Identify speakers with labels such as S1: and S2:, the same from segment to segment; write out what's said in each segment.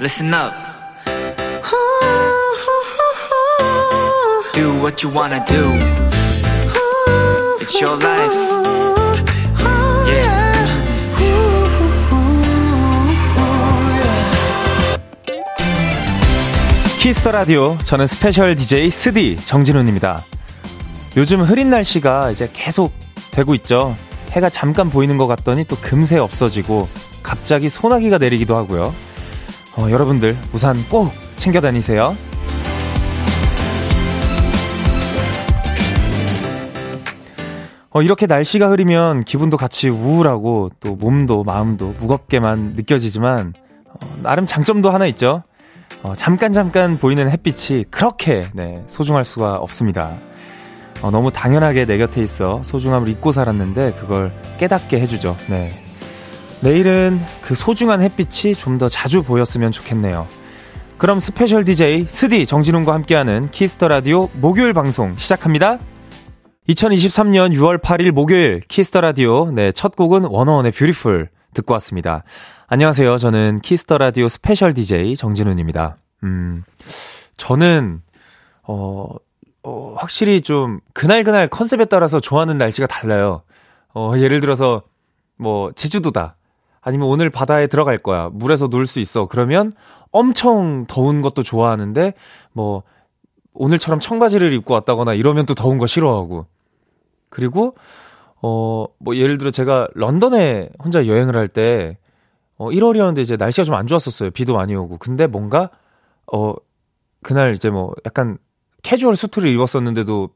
S1: Listen up. Do what you wanna do. It's your life. Yeah.
S2: 키스터 라디오 저는 스페셜 DJ 스디 정진훈입니다. 요즘 흐린 날씨가 이제 계속 되고 있죠. 해가 잠깐 보이는 것 같더니 또 금세 없어지고 갑자기 소나기가 내리기도 하고요. 어, 여러분들 우산 꼭 챙겨 다니세요. 어, 이렇게 날씨가 흐리면 기분도 같이 우울하고 또 몸도 마음도 무겁게만 느껴지지만 어, 나름 장점도 하나 있죠. 어, 잠깐 잠깐 보이는 햇빛이 그렇게 네, 소중할 수가 없습니다. 어, 너무 당연하게 내 곁에 있어 소중함을 잊고 살았는데 그걸 깨닫게 해주죠. 네. 내일은 그 소중한 햇빛이 좀 더 자주 보였으면 좋겠네요. 그럼 스페셜 DJ 스디 정진웅과 함께하는 키스터 라디오 목요일 방송 시작합니다. 2023년 6월 8일 목요일 키스터 라디오 네, 첫 곡은 원어원의 뷰티풀 듣고 왔습니다. 안녕하세요. 저는 키스터 라디오 스페셜 DJ 정진훈입니다. 음. 저는 어, 어, 확실히 좀 그날그날 컨셉에 따라서 좋아하는 날씨가 달라요. 어, 예를 들어서 뭐 제주도다. 아니면 오늘 바다에 들어갈 거야. 물에서 놀 수 있어. 그러면 엄청 더운 것도 좋아하는데 뭐 오늘처럼 청바지를 입고 왔다거나 이러면 또 더운 거 싫어하고. 그리고 어, 뭐 예를 들어 제가 런던에 혼자 여행을 할 때 어, 1월이었는데 이제 날씨가 좀 안 좋았었어요. 비도 많이 오고. 근데 뭔가 어 그날 이제 뭐 약간 캐주얼 수트를 입었었는데도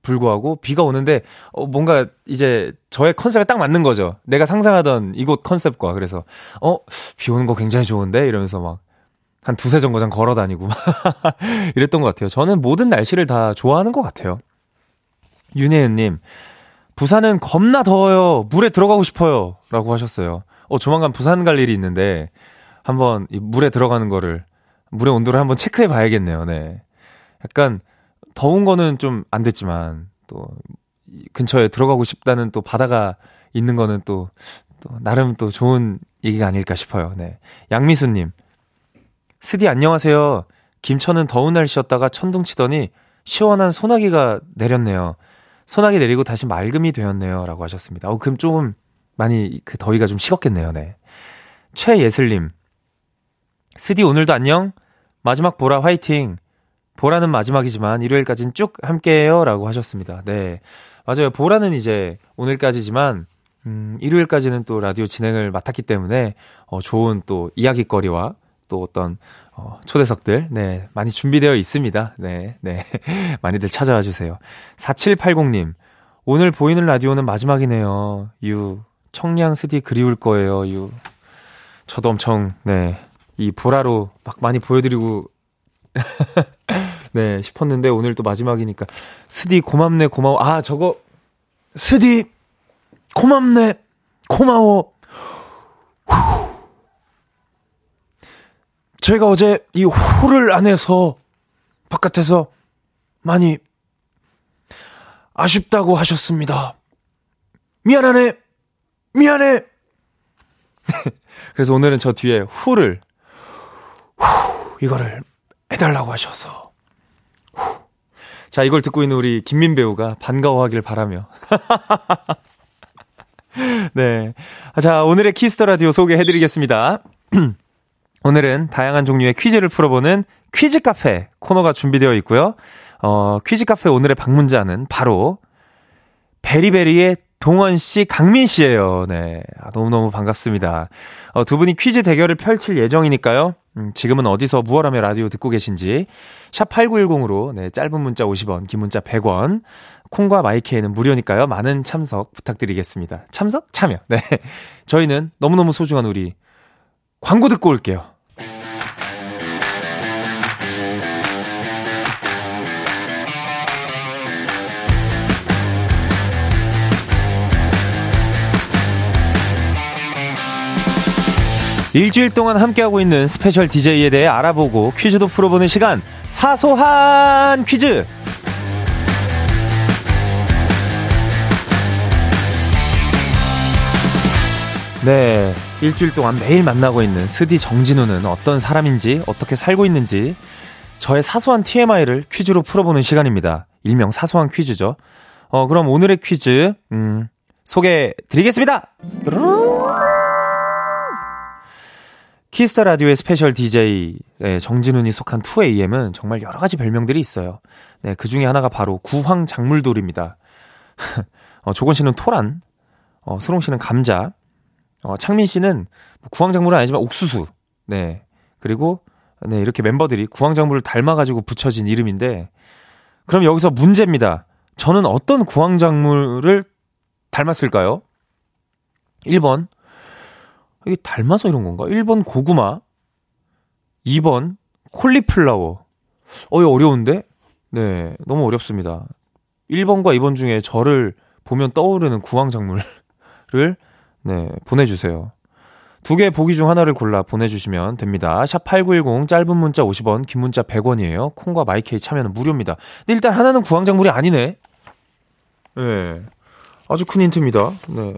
S2: 불구하고 비가 오는데 어 뭔가 이제 저의 컨셉에 딱 맞는 거죠. 내가 상상하던 이곳 컨셉과 그래서 어 비 오는 거 굉장히 좋은데 이러면서 막 한 두세 정거장 걸어 다니고 막 이랬던 것 같아요. 저는 모든 날씨를 다 좋아하는 것 같아요. 윤혜은님, 부산은 겁나 더워요. 물에 들어가고 싶어요. 라고 하셨어요. 어, 조만간 부산 갈 일이 있는데, 한번 이 물에 들어가는 거를, 물의 온도를 한번 체크해 봐야겠네요. 네. 약간, 더운 거는 좀 안 됐지만, 또, 이 근처에 들어가고 싶다는 또 바다가 있는 거는 또, 또, 나름 또 좋은 얘기가 아닐까 싶어요. 네. 양미수님, 스디 안녕하세요. 김천은 더운 날씨였다가 천둥 치더니 시원한 소나기가 내렸네요. 소나기 내리고 다시 맑음이 되었네요. 라고 하셨습니다. 어, 그럼 조금 많이 그 더위가 좀 식었겠네요. 네. 최예슬님. 스디 오늘도 안녕. 마지막 보라 화이팅. 보라는 마지막이지만 일요일까지는 쭉 함께해요. 라고 하셨습니다. 네. 맞아요. 보라는 이제 오늘까지지만 음, 일요일까지는 또 라디오 진행을 맡았기 때문에 어, 좋은 또 이야기거리와 또 어떤 어, 초대석들 네 많이 준비되어 있습니다. 네, 네 많이들 찾아와 주세요. 4780님 오늘 보이는 라디오는 마지막이네요. 유 청량 스디 그리울 거예요. 유 저도 엄청 네 이 보라로 막 많이 보여드리고 네 싶었는데 오늘 또 마지막이니까 스디 고맙네 고마워 아 저거 스디 고맙네 고마워 저희가 어제 이 홀을 안에서 바깥에서 많이 아쉽다고 하셨습니다. 미안하네. 미안해. 그래서 오늘은 저 뒤에 후를 후 이거를 해달라고 하셔서 후. 자 이걸 듣고 있는 우리 김민 배우가 반가워하길 바라며 네. 자, 오늘의 키스터 라디오 소개해드리겠습니다. 오늘은 다양한 종류의 퀴즈를 풀어보는 퀴즈 카페 코너가 준비되어 있고요. 어, 퀴즈 카페 오늘의 방문자는 바로 베리베리의 동원 씨, 강민 씨예요. 네. 아, 너무너무 반갑습니다. 어, 두 분이 퀴즈 대결을 펼칠 예정이니까요. 음, 지금은 어디서 무얼하며 라디오 듣고 계신지 샵 8910으로 네, 짧은 문자 50원, 긴 문자 100원. 콩과 마이케이는 무료니까요. 많은 참석 부탁드리겠습니다. 참석? 참여. 네. 저희는 너무너무 소중한 우리 광고 듣고 올게요. 일주일 동안 함께하고 있는 스페셜 DJ에 대해 알아보고 퀴즈도 풀어보는 시간 사소한 퀴즈 네 일주일 동안 매일 만나고 있는 스디 정진우는 어떤 사람인지 어떻게 살고 있는지 저의 사소한 TMI를 퀴즈로 풀어보는 시간입니다. 일명 사소한 퀴즈죠. 어, 그럼 오늘의 퀴즈, 음, 소개해 드리겠습니다! 키스터 라디오의 스페셜 DJ 네, 정진훈이 속한 2AM은 정말 여러 가지 별명들이 있어요. 네, 그 중에 하나가 바로 구황 작물돌입니다. 어, 조건 씨는 토란, 어, 수롱 씨는 감자, 어, 창민 씨는 뭐 구황 작물은 아니지만 옥수수. 네. 그리고 네, 이렇게 멤버들이 구황 작물을 닮아 가지고 붙여진 이름인데 그럼 여기서 문제입니다. 저는 어떤 구황 작물을 닮았을까요? 1번 이게 닮아서 이런 건가? 1번 고구마, 2번 콜리플라워. 어, 이 어려운데? 네, 너무 어렵습니다. 1번과 2번 중에 저를 보면 떠오르는 구황작물을 네, 보내주세요. 두 개 보기 중 하나를 골라 보내주시면 됩니다. 샵8910 짧은 문자 50원, 긴 문자 100원이에요. 콩과 마이케이 참여는 무료입니다. 근데 일단 하나는 구황작물이 아니네. 네, 아주 큰 힌트입니다. 네.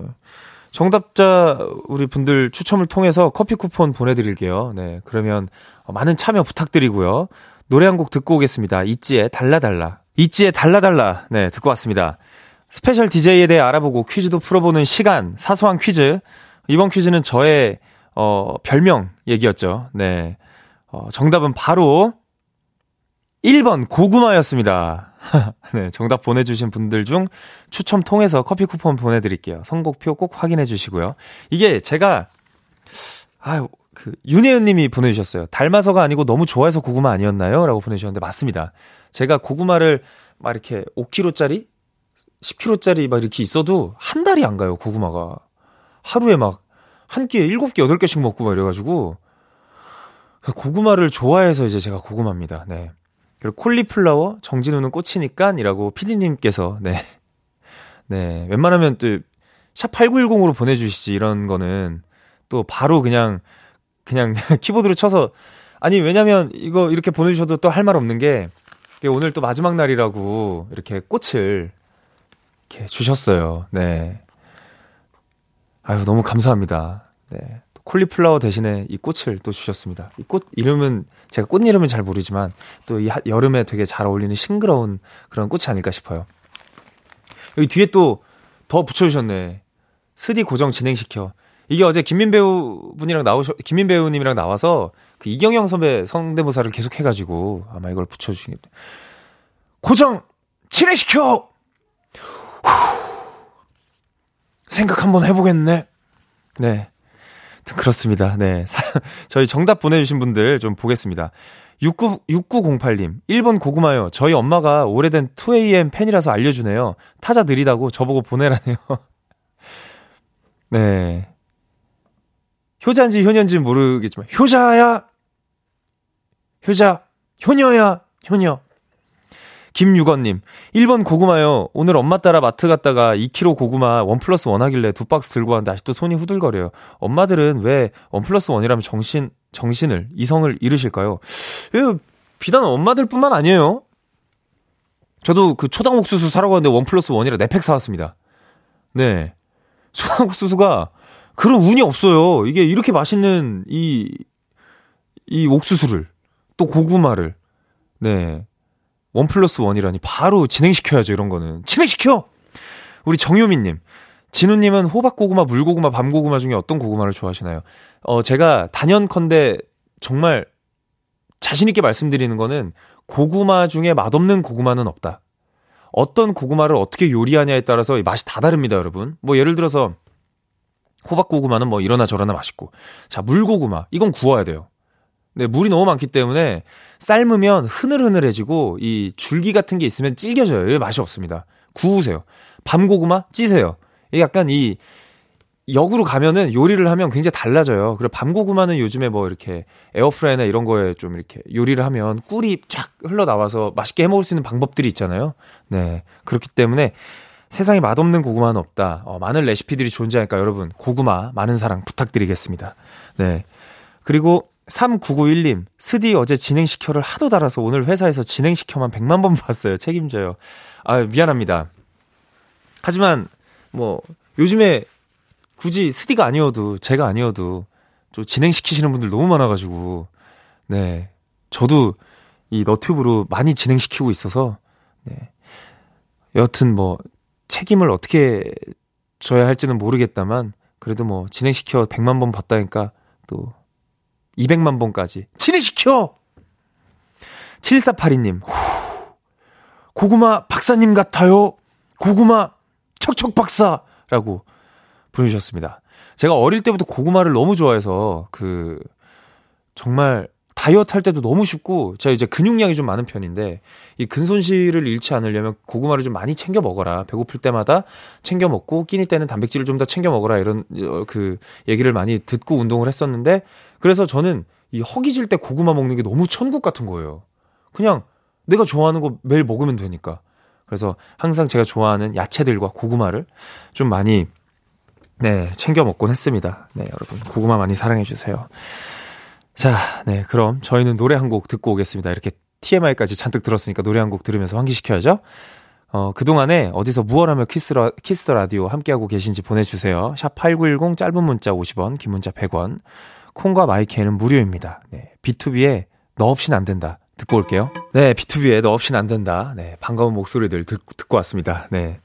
S2: 정답자 우리 분들 추첨을 통해서 커피 쿠폰 보내드릴게요. 네, 그러면 많은 참여 부탁드리고요. 노래 한 곡 듣고 오겠습니다. 있지의 달라달라. 있지의 달라달라. 네, 듣고 왔습니다. 스페셜 DJ에 대해 알아보고 퀴즈도 풀어보는 시간, 사소한 퀴즈. 이번 퀴즈는 저의, 어, 별명 얘기였죠. 네. 어, 정답은 바로 1번 고구마였습니다. 네, 정답 보내주신 분들 중 추첨 통해서 커피 쿠폰 보내드릴게요. 선곡표 꼭 확인해 주시고요. 이게 제가, 아유, 그, 윤혜은 님이 보내주셨어요. 닮아서가 아니고 너무 좋아해서 고구마 아니었나요? 라고 보내주셨는데 맞습니다. 제가 고구마를 막 이렇게 5kg짜리? 10kg짜리 막 이렇게 있어도 한 달이 안 가요, 고구마가. 하루에 막, 한 끼에 7개, 8개씩 먹고 막 이래가지고, 고구마를 좋아해서 이제 제가 고구마입니다. 네. 그리고 콜리플라워 정진우는 꽃이니까이라고 피디님께서 네. 네. 웬만하면 또 샵 8910으로 보내 주시지 이런 거는 또 바로 그냥 그냥 키보드로 쳐서 아니 왜냐면 이거 이렇게 보내 주셔도 또 할 말 없는 게 오늘 또 마지막 날이라고 이렇게 꽃을 이렇게 주셨어요. 네. 아유, 너무 감사합니다. 네. 콜리플라워 대신에 이 꽃을 또 주셨습니다. 이 꽃 이름은 제가 꽃 이름은 잘 모르지만 또 이 여름에 되게 잘 어울리는 싱그러운 그런 꽃이 아닐까 싶어요. 여기 뒤에 또 더 붙여주셨네. 스디 고정 진행시켜. 이게 어제 김민 배우분이랑 나오셔 김민 배우님이랑 나와서 그 이경영 선배 성대모사를 계속 해가지고 아마 이걸 붙여주신 게 고정 진행시켜. 후. 생각 한번 해보겠네. 네. 그렇습니다. 네. 저희 정답 보내주신 분들 좀 보겠습니다. 69, 6908님, 1번 고구마요. 저희 엄마가 오래된 2AM 팬이라서 알려주네요. 타자 느리다고 저보고 보내라네요. 네. 효자인지 효녀인지 모르겠지만, 효자야! 효자, 효녀야, 효녀. 김유건님, 1번 고구마요. 오늘 엄마 따라 마트 갔다가 2kg 고구마 1 플러스 1 하길래 두 박스 들고 왔는데 아직도 손이 후들거려요. 엄마들은 왜1 플러스 1이라면 정신, 정신을, 이성을 잃으실까요? 예, 비단 엄마들 뿐만 아니에요. 저도 그 초당 옥수수 사러 갔는데 1 플러스 1이라 4팩 사왔습니다. 네. 초당 옥수수가 그런 운이 없어요. 이게 이렇게 맛있는 이, 이 옥수수를, 또 고구마를, 네. 원 플러스 원이라니 바로 진행시켜야죠 이런 거는 진행시켜 우리 정효민님 진우님은 호박고구마 물고구마 밤고구마 중에 어떤 고구마를 좋아하시나요 어 제가 단연컨대 정말 자신있게 말씀드리는 거는 고구마 중에 맛없는 고구마는 없다 어떤 고구마를 어떻게 요리하냐에 따라서 맛이 다 다릅니다 여러분 뭐 예를 들어서 호박고구마는 뭐 이러나 저러나 맛있고 자 물고구마 이건 구워야 돼요 네, 물이 너무 많기 때문에 삶으면 흐늘흐늘해지고 이 줄기 같은 게 있으면 질겨져요. 이 맛이 없습니다. 구우세요. 밤고구마 찌세요. 이게 약간 이 역으로 가면은 요리를 하면 굉장히 달라져요. 그리고 밤고구마는 요즘에 뭐 이렇게 에어프라이나 이런 거에 좀 이렇게 요리를 하면 꿀이 쫙 흘러나와서 맛있게 해 먹을 수 있는 방법들이 있잖아요. 네. 그렇기 때문에 세상에 맛없는 고구마는 없다. 어, 많은 레시피들이 존재하니까 여러분 고구마 많은 사랑 부탁드리겠습니다. 네. 그리고 3991님, 스디 어제 진행시켜를 하도 달아서 오늘 회사에서 진행시켜만 100만 번 봤어요. 책임져요. 아, 미안합니다. 하지만, 뭐, 요즘에 굳이 스디가 아니어도 제가 아니어도 좀 진행시키시는 분들 너무 많아가지고 네 저도 이 너튜브로 많이 진행시키고 있어서 네 여튼 뭐 책임을 어떻게 져야 할지는 모르겠다만 그래도 뭐 진행시켜 100만 번 봤다니까 또 200만 번까지 진행시켜 7482님 고구마 박사님 같아요 고구마 척척 박사라고 보내주셨습니다. 제가 어릴 때부터 고구마를 너무 좋아해서 그 정말 다이어트 할 때도 너무 쉽고 제가 이제 근육량이 좀 많은 편인데 이 근손실을 잃지 않으려면 고구마를 좀 많이 챙겨 먹어라 배고플 때마다 챙겨 먹고 끼니 때는 단백질을 좀 더 챙겨 먹어라 이런 어, 그 얘기를 많이 듣고 운동을 했었는데 그래서 저는 이 허기질 때 고구마 먹는 게 너무 천국 같은 거예요. 그냥 내가 좋아하는 거 매일 먹으면 되니까 그래서 항상 제가 좋아하는 야채들과 고구마를 좀 많이 네, 챙겨 먹곤 했습니다. 네, 여러분 고구마 많이 사랑해 주세요. 자, 네, 그럼 저희는 노래 한 곡 듣고 오겠습니다. 이렇게 TMI까지 잔뜩 들었으니까 노래 한 곡 들으면서 환기시켜야죠. 어, 그동안에 어디서 무얼하며 키스라, 키스터 라디오 함께하고 계신지 보내주세요. 샵8910 짧은 문자 50원, 긴 문자 100원. 콩과 마이케는 무료입니다. 네, B2B의 너 없인 안 된다. 듣고 올게요. 네, B2B의 너 없인 안 된다. 네, 반가운 목소리들 듣, 듣고 왔습니다. 네,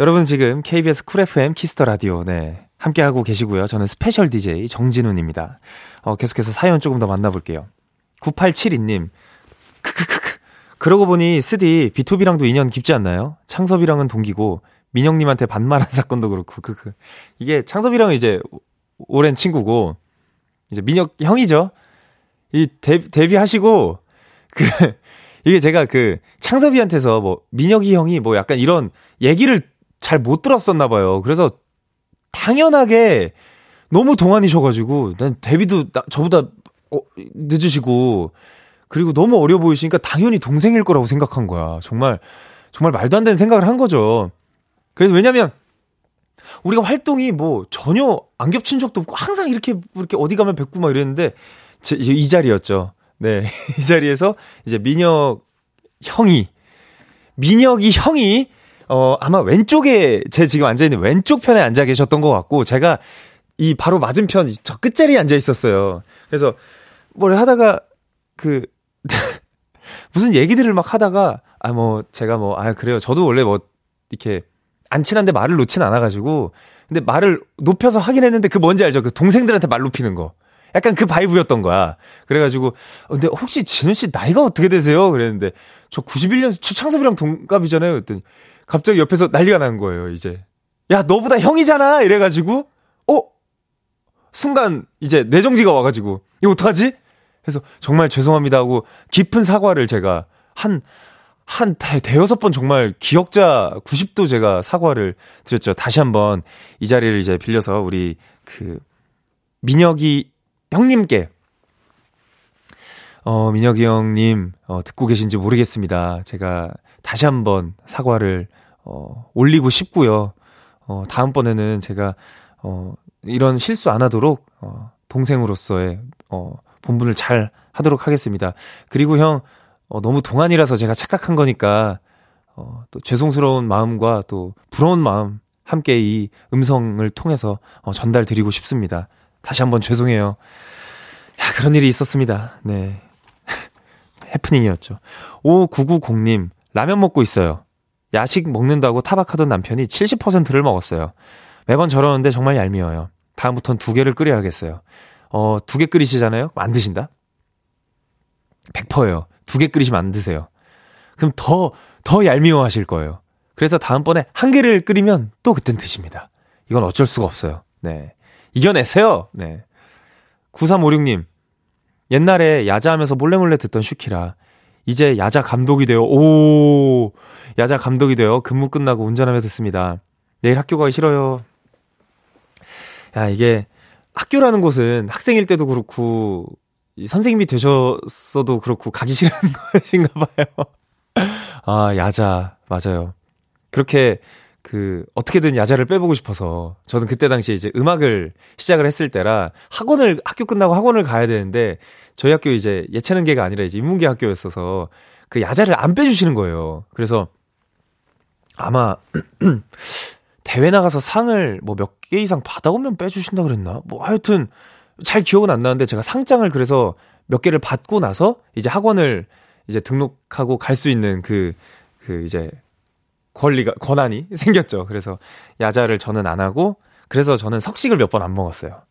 S2: 여러분 지금 KBS 쿨 FM 키스터 라디오 네 함께 하고 계시고요. 저는 스페셜 DJ 정진훈입니다. 어, 계속해서 사연 조금 더 만나볼게요. 9872님 크크크크 그러고 보니 스디 B2B랑도 인연 깊지 않나요? 창섭이랑은 동기고 민영님한테 반말한 사건도 그렇고 크크 이게 창섭이랑은 이제 오랜 친구고 이제 민혁 형이죠. 이 데, 데뷔하시고 그 이게 제가 그 창섭이한테서 뭐 민혁이 형이 뭐 약간 이런 얘기를 잘 못 들었었나 봐요. 그래서 당연하게 너무 동안이셔가지고 난 데뷔도 나- 저보다 어, 늦으시고 그리고 너무 어려 보이시니까 당연히 동생일 거라고 생각한 거야. 정말 정말 말도 안 되는 생각을 한 거죠. 그래서 왜냐면 우리가 활동이 뭐 전혀 안 겹친 적도 없고 항상 이렇게 이렇게 어디 가면 뵙고 막 이랬는데 제, 이제 이 자리였죠. 네. 이 자리에서 이제 민혁 형이 민혁이 형이 어 아마 왼쪽에 제 지금 앉아 있는 왼쪽 편에 앉아 계셨던 것 같고 제가 이 바로 맞은편 저 끝자리에 앉아 있었어요. 그래서 뭘 하다가 그 무슨 얘기들을 막 하다가 아 뭐 제가 뭐 아 그래요. 저도 원래 뭐 이렇게 안 친한데 말을 놓진 않아 가지고 근데 말을 높여서 하긴 했는데 그 뭔지 알죠? 그 동생들한테 말 높이는 거. 약간 그 바이브였던 거야. 그래가지고 어, 근데 혹시 진우 씨 나이가 어떻게 되세요? 그랬는데 저 91년 저 창섭이랑 동갑이잖아요. 그랬더니 갑자기 옆에서 난리가 난 거예요. 이제 야 너보다 형이잖아. 이래가지고 어 순간 이제 뇌정지가 와가지고 이거 어떡하지? 그래서 정말 죄송합니다 하고 깊은 사과를 제가 한, 한 대- 대여섯 번 정말 기억자 90도 제가 사과를 드렸죠. 다시 한번 이 자리를 이제 빌려서 우리 그 민혁이 형님께 어, 민혁이 형님, 어, 듣고 계신지 모르겠습니다. 제가 다시 한번 사과를, 어, 올리고 싶고요. 어, 다음번에는 제가, 어, 이런 실수 안 하도록, 어, 동생으로서의, 어, 본분을 잘 하도록 하겠습니다. 그리고 형, 어, 너무 동안이라서 제가 착각한 거니까, 어, 또 죄송스러운 마음과 또 부러운 마음, 함께 이 음성을 통해서, 어, 전달 드리고 싶습니다. 다시 한번 죄송해요. 야, 그런 일이 있었습니다. 네. 해프닝이었죠. 5990님, 라면 먹고 있어요. 야식 먹는다고 타박하던 남편이 70%를 먹었어요. 매번 저러는데 정말 얄미워요. 다음부턴 두 개를 끓여야겠어요. 어, 두 개 끓이시잖아요? 안 드신다? 100%예요. 두 개 끓이시면 안 드세요. 그럼 더, 더 얄미워 하실 거예요. 그래서 다음번에 한 개를 끓이면 또 그땐 드십니다. 이건 어쩔 수가 없어요. 네. 이겨내세요! 네. 9356님, 옛날에 야자하면서 몰래몰래 듣던 슈키라. 이제 야자 감독이 돼요. 오, 야자 감독이 돼요. 근무 끝나고 운전하며 듣습니다. 내일 학교 가기 싫어요. 야, 이게 학교라는 곳은 학생일 때도 그렇고, 이 선생님이 되셨어도 그렇고, 가기 싫은 것인가 봐요. 아, 야자. 맞아요. 그렇게 그 어떻게든 야자를 빼보고 싶어서 저는 그때 당시에 이제 음악을 시작을 했을 때라 학원을 학교 끝나고 학원을 가야 되는데 저희 학교 이제 예체능계가 아니라 이제 인문계 학교였어서 그 야자를 안 빼주시는 거예요. 그래서 아마 대회 나가서 상을 뭐 몇 개 이상 받아오면 빼주신다 그랬나? 뭐 하여튼 잘 기억은 안 나는데 제가 상장을 그래서 몇 개를 받고 나서 이제 학원을 이제 등록하고 갈 수 있는 그, 그 이제 권리가, 권한이 생겼죠. 그래서 야자를 저는 안 하고 그래서 저는 석식을 몇 번 안 먹었어요.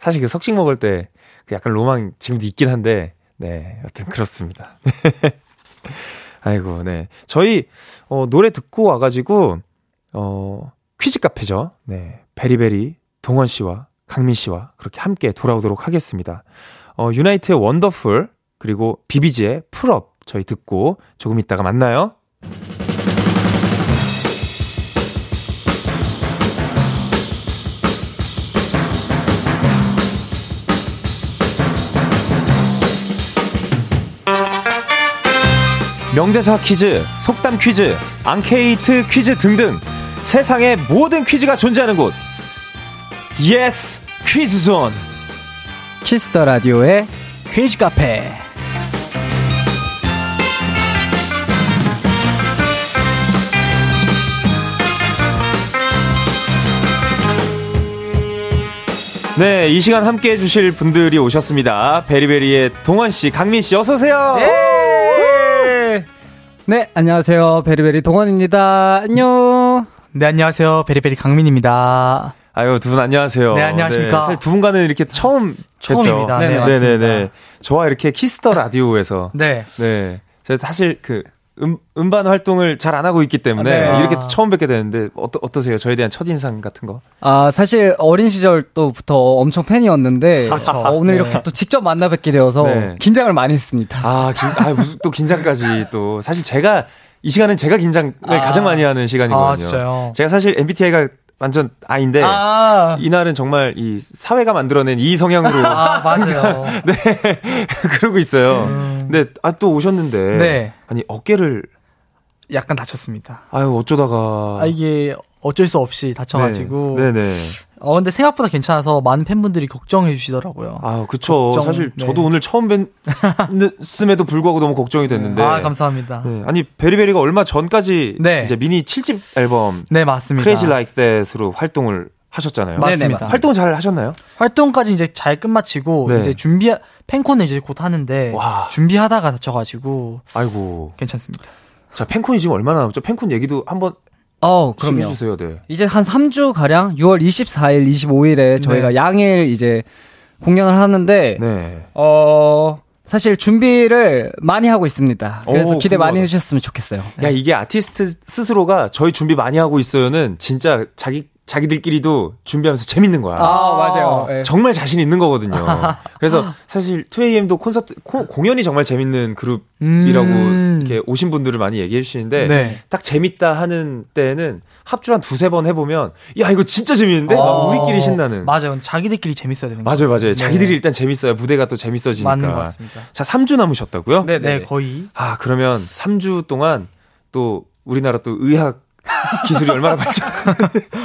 S2: 사실 그 석식 먹을 때 그 약간 로망 지금도 있긴 한데 네, 여튼 그렇습니다. 아이고, 네. 저희, 어, 노래 듣고 와가지고, 어, 퀴즈 카페죠. 네. 베리베리, 동원 씨와 강민 씨와 그렇게 함께 돌아오도록 하겠습니다. 어, 유나이트의 원더풀, 그리고 비비지의 풀업 저희 듣고 조금 있다가 만나요. 명대사 퀴즈, 속담 퀴즈, 앙케이트 퀴즈 등등 세상의 모든 퀴즈가 존재하는 곳. 예스 퀴즈 존.
S3: 키스터 라디오의 퀴즈 카페.
S2: 네, 이 시간 함께 해주실 분들이 오셨습니다. 베리베리의 동원 씨, 강민 씨, 어서 오세요.
S3: 네, 안녕하세요. 베리베리 동원입니다. 안녕.
S4: 네, 안녕하세요. 베리베리 강민입니다.
S2: 아유, 두 분 안녕하세요.
S4: 네, 안녕하십니까.
S2: 사실 두 분과는 이렇게 처음
S4: 처음입니다. 네,
S2: 네, 네, 네. 저와 이렇게 키스터 라디오에서
S4: 네.
S2: 네. 제가 사실 그 음, 음반 활동을 잘 안 하고 있기 때문에
S4: 아,
S3: 네.
S2: 이렇게 또 처음 뵙게 되는데 어떠, 어떠세요? 저에 대한 첫인상 같은 거?
S3: 아, 사실 어린 시절 또부터 엄청 팬이었는데 어, 오늘 이렇게 또 직접 만나 뵙게 되어서
S2: 그렇죠. 네.
S3: 긴장을 많이 했습니다.
S2: 아, 긴, 아 무슨 또 긴장까지 또 사실 제가 이 시간은 제가 긴장을 가장 많이 하는 시간이거든요.
S4: 아, 진짜요?
S2: 제가 사실 MBTI가 완전 아인데
S4: 아,
S2: 이날은 정말 이 사회가 만들어낸 이 성향으로
S4: 아, 맞아요. 음.
S2: 네 그러고 있어요. 근데 아 또 오셨는데
S4: 네.
S2: 아니 어깨를
S4: 약간 다쳤습니다.
S2: 아유 어쩌다가 네.
S4: 아, 이게 어쩔 수 없이 다쳐가지고.
S2: 네네 네.
S4: 어, 근데 생각보다 괜찮아서 많은 팬분들이 걱정해주시더라고요.
S2: 아 그쵸
S4: 걱정,
S2: 사실
S4: 네.
S2: 저도 오늘 처음 뵀음에도 불구하고 너무 걱정이 됐는데
S4: 아, 감사합니다. 네,
S2: 네, 아니 베리베리가 얼마 전까지
S4: 네.
S2: 이제 미니 7집 앨범
S4: 맞습니다.
S2: 크레이지 라이크 데스로 활동을 하셨잖아요.
S3: 맞-
S4: 맞습니다.
S3: 네네, 맞습니다.
S2: 활동 잘 하셨나요?
S4: 활동까지 이제 잘 끝마치고,
S2: 네.
S4: 이제 준비, 팬콘을 이제 곧 하는데,
S2: 와.
S4: 준비하다가 다쳐가지고,
S2: 아이고
S4: 괜찮습니다.
S2: 자 팬콘이 지금 얼마나 남죠? 팬콘 얘기도 한번
S3: 어,
S2: 좀
S3: 그럼요.
S2: 해주세요. 네.
S3: 이제 한 3주 가량 6월 24일, 25일에 저희가 양일 이제 공연을 하는데
S2: 네.
S3: 어, 사실 준비를 많이 하고 있습니다. 그래서
S2: 오,
S3: 기대 많이
S2: 궁금하다.
S3: 해 주셨으면 좋겠어요.
S2: 야 이게 아티스트 스스로가 저희 준비 많이 하고 있어요는 진짜 자기 자기들끼리도 준비하면서 재밌는 거야.
S4: 맞아요. 아.
S3: 예.
S2: 정말 자신 있는 거거든요. 그래서 사실 2AM도 콘서트 코- 공연이 정말 재밌는 그룹이라고
S4: 음.
S2: 이렇게 오신 분들을 많이 얘기해 주시는데
S4: 네.
S2: 딱 재밌다 하는 때는 합주 한 두세 번 해보면 야 이거 진짜 재밌는데 막 아, 우리끼리 신나는
S4: 어. 맞아요. 자기들끼리 재밌어야 되는
S2: 맞아요 그러니까. 맞아요
S4: 네.
S2: 자기들이 일단 재밌어요 무대가 또 재밌어지니까
S4: 맞는 것 같습니다.
S2: 자 3주 남으셨다고요?
S4: 네, 네, 거의.
S2: 아 그러면 3주 동안 또 우리나라 또 의학 기술이 얼마나 발전?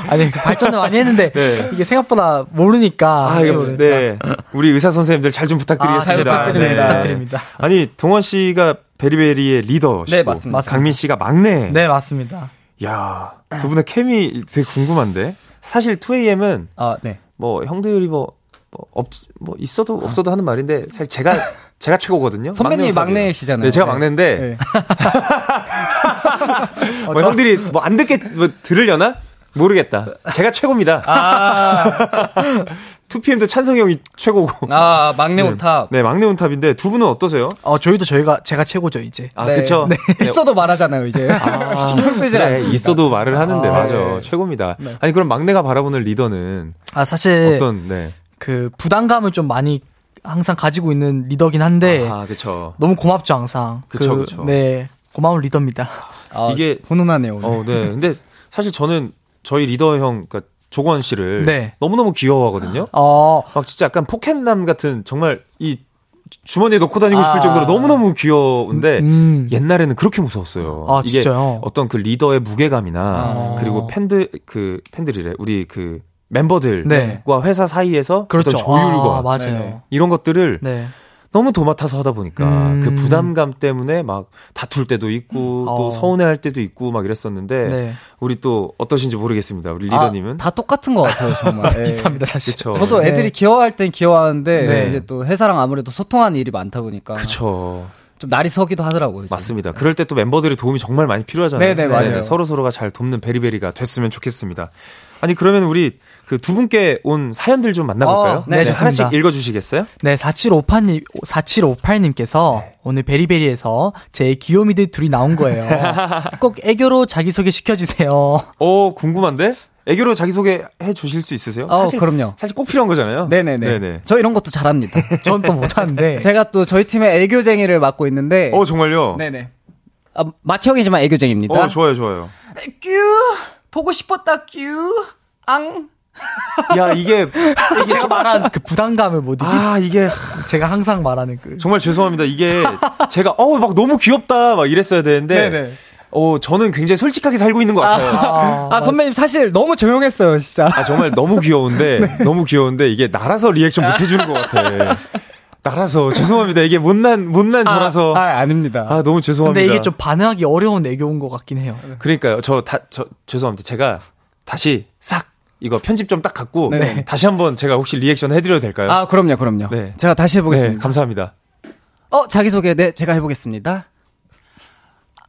S4: 아니 그 발전을 많이 했는데
S2: 네.
S4: 이게 생각보다 모르니까
S2: 아, 이거, 네. 우리 의사 선생님들 잘 좀 부탁드리겠습니다.
S4: 그렇죠. 아, 잘 부탁드립니다.
S2: 네.
S4: 부탁드립니다.
S2: 아니, 동원 씨가 베리베리의 리더시고
S3: 네, 맞습니다.
S2: 강민 씨가 막내.
S4: 네 맞습니다.
S2: 야, 두 분의 케미 되게 궁금한데. 사실 2AM은
S3: 아, 네.
S2: 뭐 형들이 뭐, 뭐 없, 뭐 있어도 없어도 하는 말인데 사실 제가 제가 최고거든요.
S3: 선배님이
S2: 막내부터 할게요.
S3: 막내시잖아요.
S2: 네, 제가
S3: 네.
S2: 막내인데
S3: 네. 어,
S2: 뭐 형들이 뭐 안 듣게 뭐 들으려나? 모르겠다. 제가 최고입니다. 2PM도 찬성이 형이 최고고.
S3: 아, 막내 오탑.
S2: 네, 막내 온탑인데 두 분은 어떠세요?
S4: 어 저희도 저희가 제가 최고죠 이제.
S2: 아, 그쵸?
S3: 있어도 네. 말하잖아요, 이제. 신경 쓰지
S2: 그래,
S3: 않습니다.
S2: 있어도 말을 하는데,
S3: 아,
S2: 맞아.
S3: 네.
S2: 최고입니다. 아니, 그럼 막내가 바라보는 리더는
S4: 아 사실
S2: 어떤, 네.
S4: 그 부담감을 좀 많이 항상 가지고 있는 리더긴 한데
S3: 네.
S2: 아, 그쵸.
S4: 너무 고맙죠 항상.
S2: 그쵸, 그쵸.
S4: 네 고마운 리더입니다.
S3: 아,
S2: 이게-
S3: 훈훈하네요, 오늘.
S2: 어, 네. 근데 사실 저는 저희 리더 형, 그니까 조건 씨를
S4: 네.
S2: 너무너무 귀여워하거든요.
S4: 어
S2: 막 진짜 약간 포켓남 같은 정말 이 주머니에 넣고 다니고 싶을
S3: 아.
S2: 정도로 너무너무 귀여운데
S4: 음.
S2: 옛날에는 그렇게 무서웠어요.
S4: 아,
S2: 이게
S4: 진짜요?
S2: 어떤 그 리더의 무게감이나
S3: 아.
S2: 그리고 팬들 그 팬들이래 우리 그 멤버들과
S4: 네.
S2: 회사 사이에서
S4: 그렇죠.
S2: 어떤 조율과
S4: 아, 맞아요.
S3: 네.
S2: 이런 것들을
S4: 네.
S2: 너무 도맡아서 하다 보니까
S4: 음.
S2: 그 부담감 때문에 막 다툴 때도 있고
S4: 어.
S2: 또 서운해할 때도 있고 막 이랬었는데
S4: 네.
S2: 우리 또 어떠신지 모르겠습니다. 우리 리더님은
S3: 아, 다 똑같은 것 같아요 정말. 예.
S4: 비슷합니다 사실.
S2: 그쵸.
S3: 저도 애들이
S4: 네.
S3: 귀여워할 땐 귀여워하는데
S2: 네.
S3: 이제 또 회사랑 아무래도 소통하는 일이 많다 보니까
S2: 그쵸
S3: 좀 날이 서기도 하더라고요. 좀.
S2: 아, 맞습니다. 그럴 때 또 멤버들의 도움이 정말 많이 필요하잖아요.
S3: 네, 네, 맞아요.
S2: 서로 서로가 잘 돕는 베리베리가 됐으면 좋겠습니다. 아니 그러면 우리 그 두 분께 온 사연들 좀 만나볼까요?
S4: 어, 네, 좋습니다.
S2: 하나씩 읽어주시겠어요?
S4: 네, 4758님, 4758님께서 오늘 베리베리에서 제 귀요미들 둘이 나온 거예요. 꼭 애교로 자기소개 시켜주세요.
S2: 어 궁금한데 애교로 자기 소개 해 주실 수 있으세요?
S3: 어, 그럼요.
S2: 사실 꼭 필요한 거잖아요.
S3: 네네네. 저 이런 것도 잘합니다.
S4: 전 또 못하는데.
S3: 제가 또 저희 팀의 애교쟁이를 맡고 있는데.
S2: 네. 어 정말요?
S3: 네네. 아, 마치형이지만 애교쟁입니다.
S2: 어 좋아요 좋아요.
S4: 큐! 보고 싶었다, 큐! 앙!
S2: 야 이게
S4: 제가 말한 그 부담감을 못 이기.
S2: 아 이게
S4: 제가 항상 말하는 그.
S2: 정말 죄송합니다. 이게 제가 어 막 너무 귀엽다 막 이랬어야 되는데
S4: 네네.
S2: 어 저는 굉장히 솔직하게 살고 있는 것 같아요.
S4: 아,
S3: 아, 선배님 사실 너무 조용했어요, 진짜.
S2: 아 정말 너무 귀여운데 너무 귀여운데 이게 날아서 리액션 못 해주는 것 같아. 날아서 죄송합니다. 이게 못난 못난 저라서 아,
S3: 아, 아닙니다.
S2: 너무 죄송합니다.
S4: 근데 이게 좀 반응하기 어려운 애교인 것 같긴 해요.
S2: 그러니까요. 저 다 저 죄송합니다. 제가 다시 싹 이거 편집 좀 딱 갖고
S3: 네.
S2: 다시 한번 제가 혹시 리액션 해드려도 될까요?
S3: 아, 그럼요, 그럼요.
S2: 네.
S3: 제가 다시
S2: 네,
S3: 해보겠습니다.
S2: 감사합니다.
S3: 어, 자기소개, 네, 제가 해보겠습니다.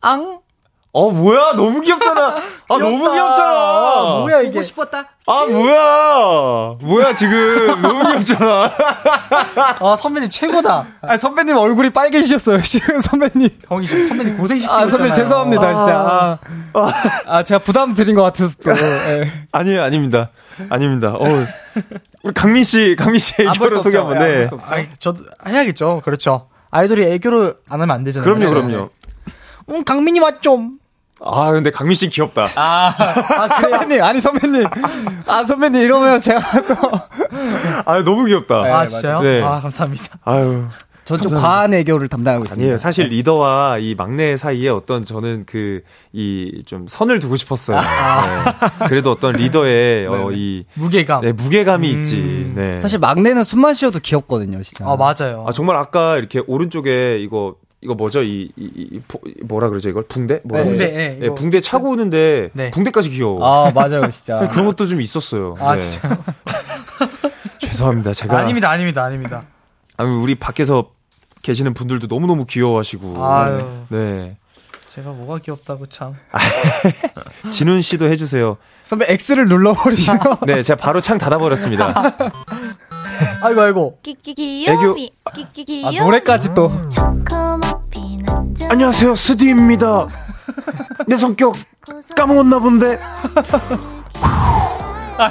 S4: 앙!
S2: 어 뭐야 너무 귀엽잖아. 아 너무 귀엽잖아.
S4: 뭐야, 이게. 보고 싶었다.
S2: 아 뭐야 뭐야 지금 너무 귀엽잖아.
S4: 아, 선배님 최고다.
S3: 아, 선배님 얼굴이 빨개지셨어요, 지금 선배님.
S4: 어, 형이 지금 선배님 고생시키고
S3: 아, 선배님
S4: 있잖아요.
S3: 죄송합니다,
S4: 아,
S3: 진짜. 아, 아, 제가 부담 드린 것 같아서 또. 예.
S2: 아니에요 아닙니다 아닙니다. 어 우리 강민 씨 강민 씨의
S4: 안볼수
S2: 이거로 소개
S4: 없죠.
S2: 한번
S4: 예,
S2: 네.
S4: 안볼수 없죠. 아이, 저도 해야겠죠. 그렇죠. 아이돌이 애교를 안 하면 안 되잖아요.
S2: 그럼요
S4: 그렇죠?
S2: 그럼요.
S4: 응, 음, 강민이 왔좀.
S2: 아 근데 강민 씨 귀엽다.
S4: 아.
S3: 선배님, 아니, 선배님. 아, 선배님, 이러면 제가 또.
S2: 아 너무 귀엽다.
S4: 아, 진짜요?
S2: 네.
S4: 아, 감사합니다.
S2: 아유
S3: 전 좀 과한 애교를 담당하고 있습니다.
S2: 아니에요. 사실
S4: 네.
S2: 리더와 이 막내 사이에 어떤 저는 그 이 좀 선을 두고 싶었어요.
S4: 아.
S2: 네. 그래도 어떤
S4: 네,
S2: 리더의 어, 이
S4: 무게감.
S2: 네, 무게감이
S4: 음,
S2: 있지. 네.
S3: 사실 막내는 숨만 쉬어도 귀엽거든요, 진짜.
S4: 아, 맞아요.
S2: 아 정말 아까 이렇게 오른쪽에 이거 이거 뭐죠? 이, 이, 이, 이 포- 뭐라 그러죠 이걸 붕대? 뭐라
S4: 붕대,
S2: 그러죠?
S4: 예,
S2: 예,
S4: 이거.
S2: 붕대 차고 오는데
S4: 네.
S2: 붕대까지 귀여워.
S3: 아, 맞아요, 진짜.
S2: 그런 것도 좀 있었어요. 네.
S4: 아, 진짜요?
S2: 죄송합니다. 제가
S4: 아닙니다, 아닙니다, 아닙니다.
S2: 아니, 우리 밖에서 계시는 분들도 너무 너무 귀여워하시고.
S4: 아유.
S2: 네.
S4: 제가 뭐가 귀엽다고 참.
S2: 진훈 씨도 해주세요.
S3: 선배 X를 눌러버리시고.
S2: 네, 제가 바로 창 닫아버렸습니다.
S4: 아이고, 아이고.
S5: 끼끼기요미 끼끼기요
S3: 아, 노래까지 또.
S2: 안녕하세요, 스디입니다. 내 성격 까먹었나 본데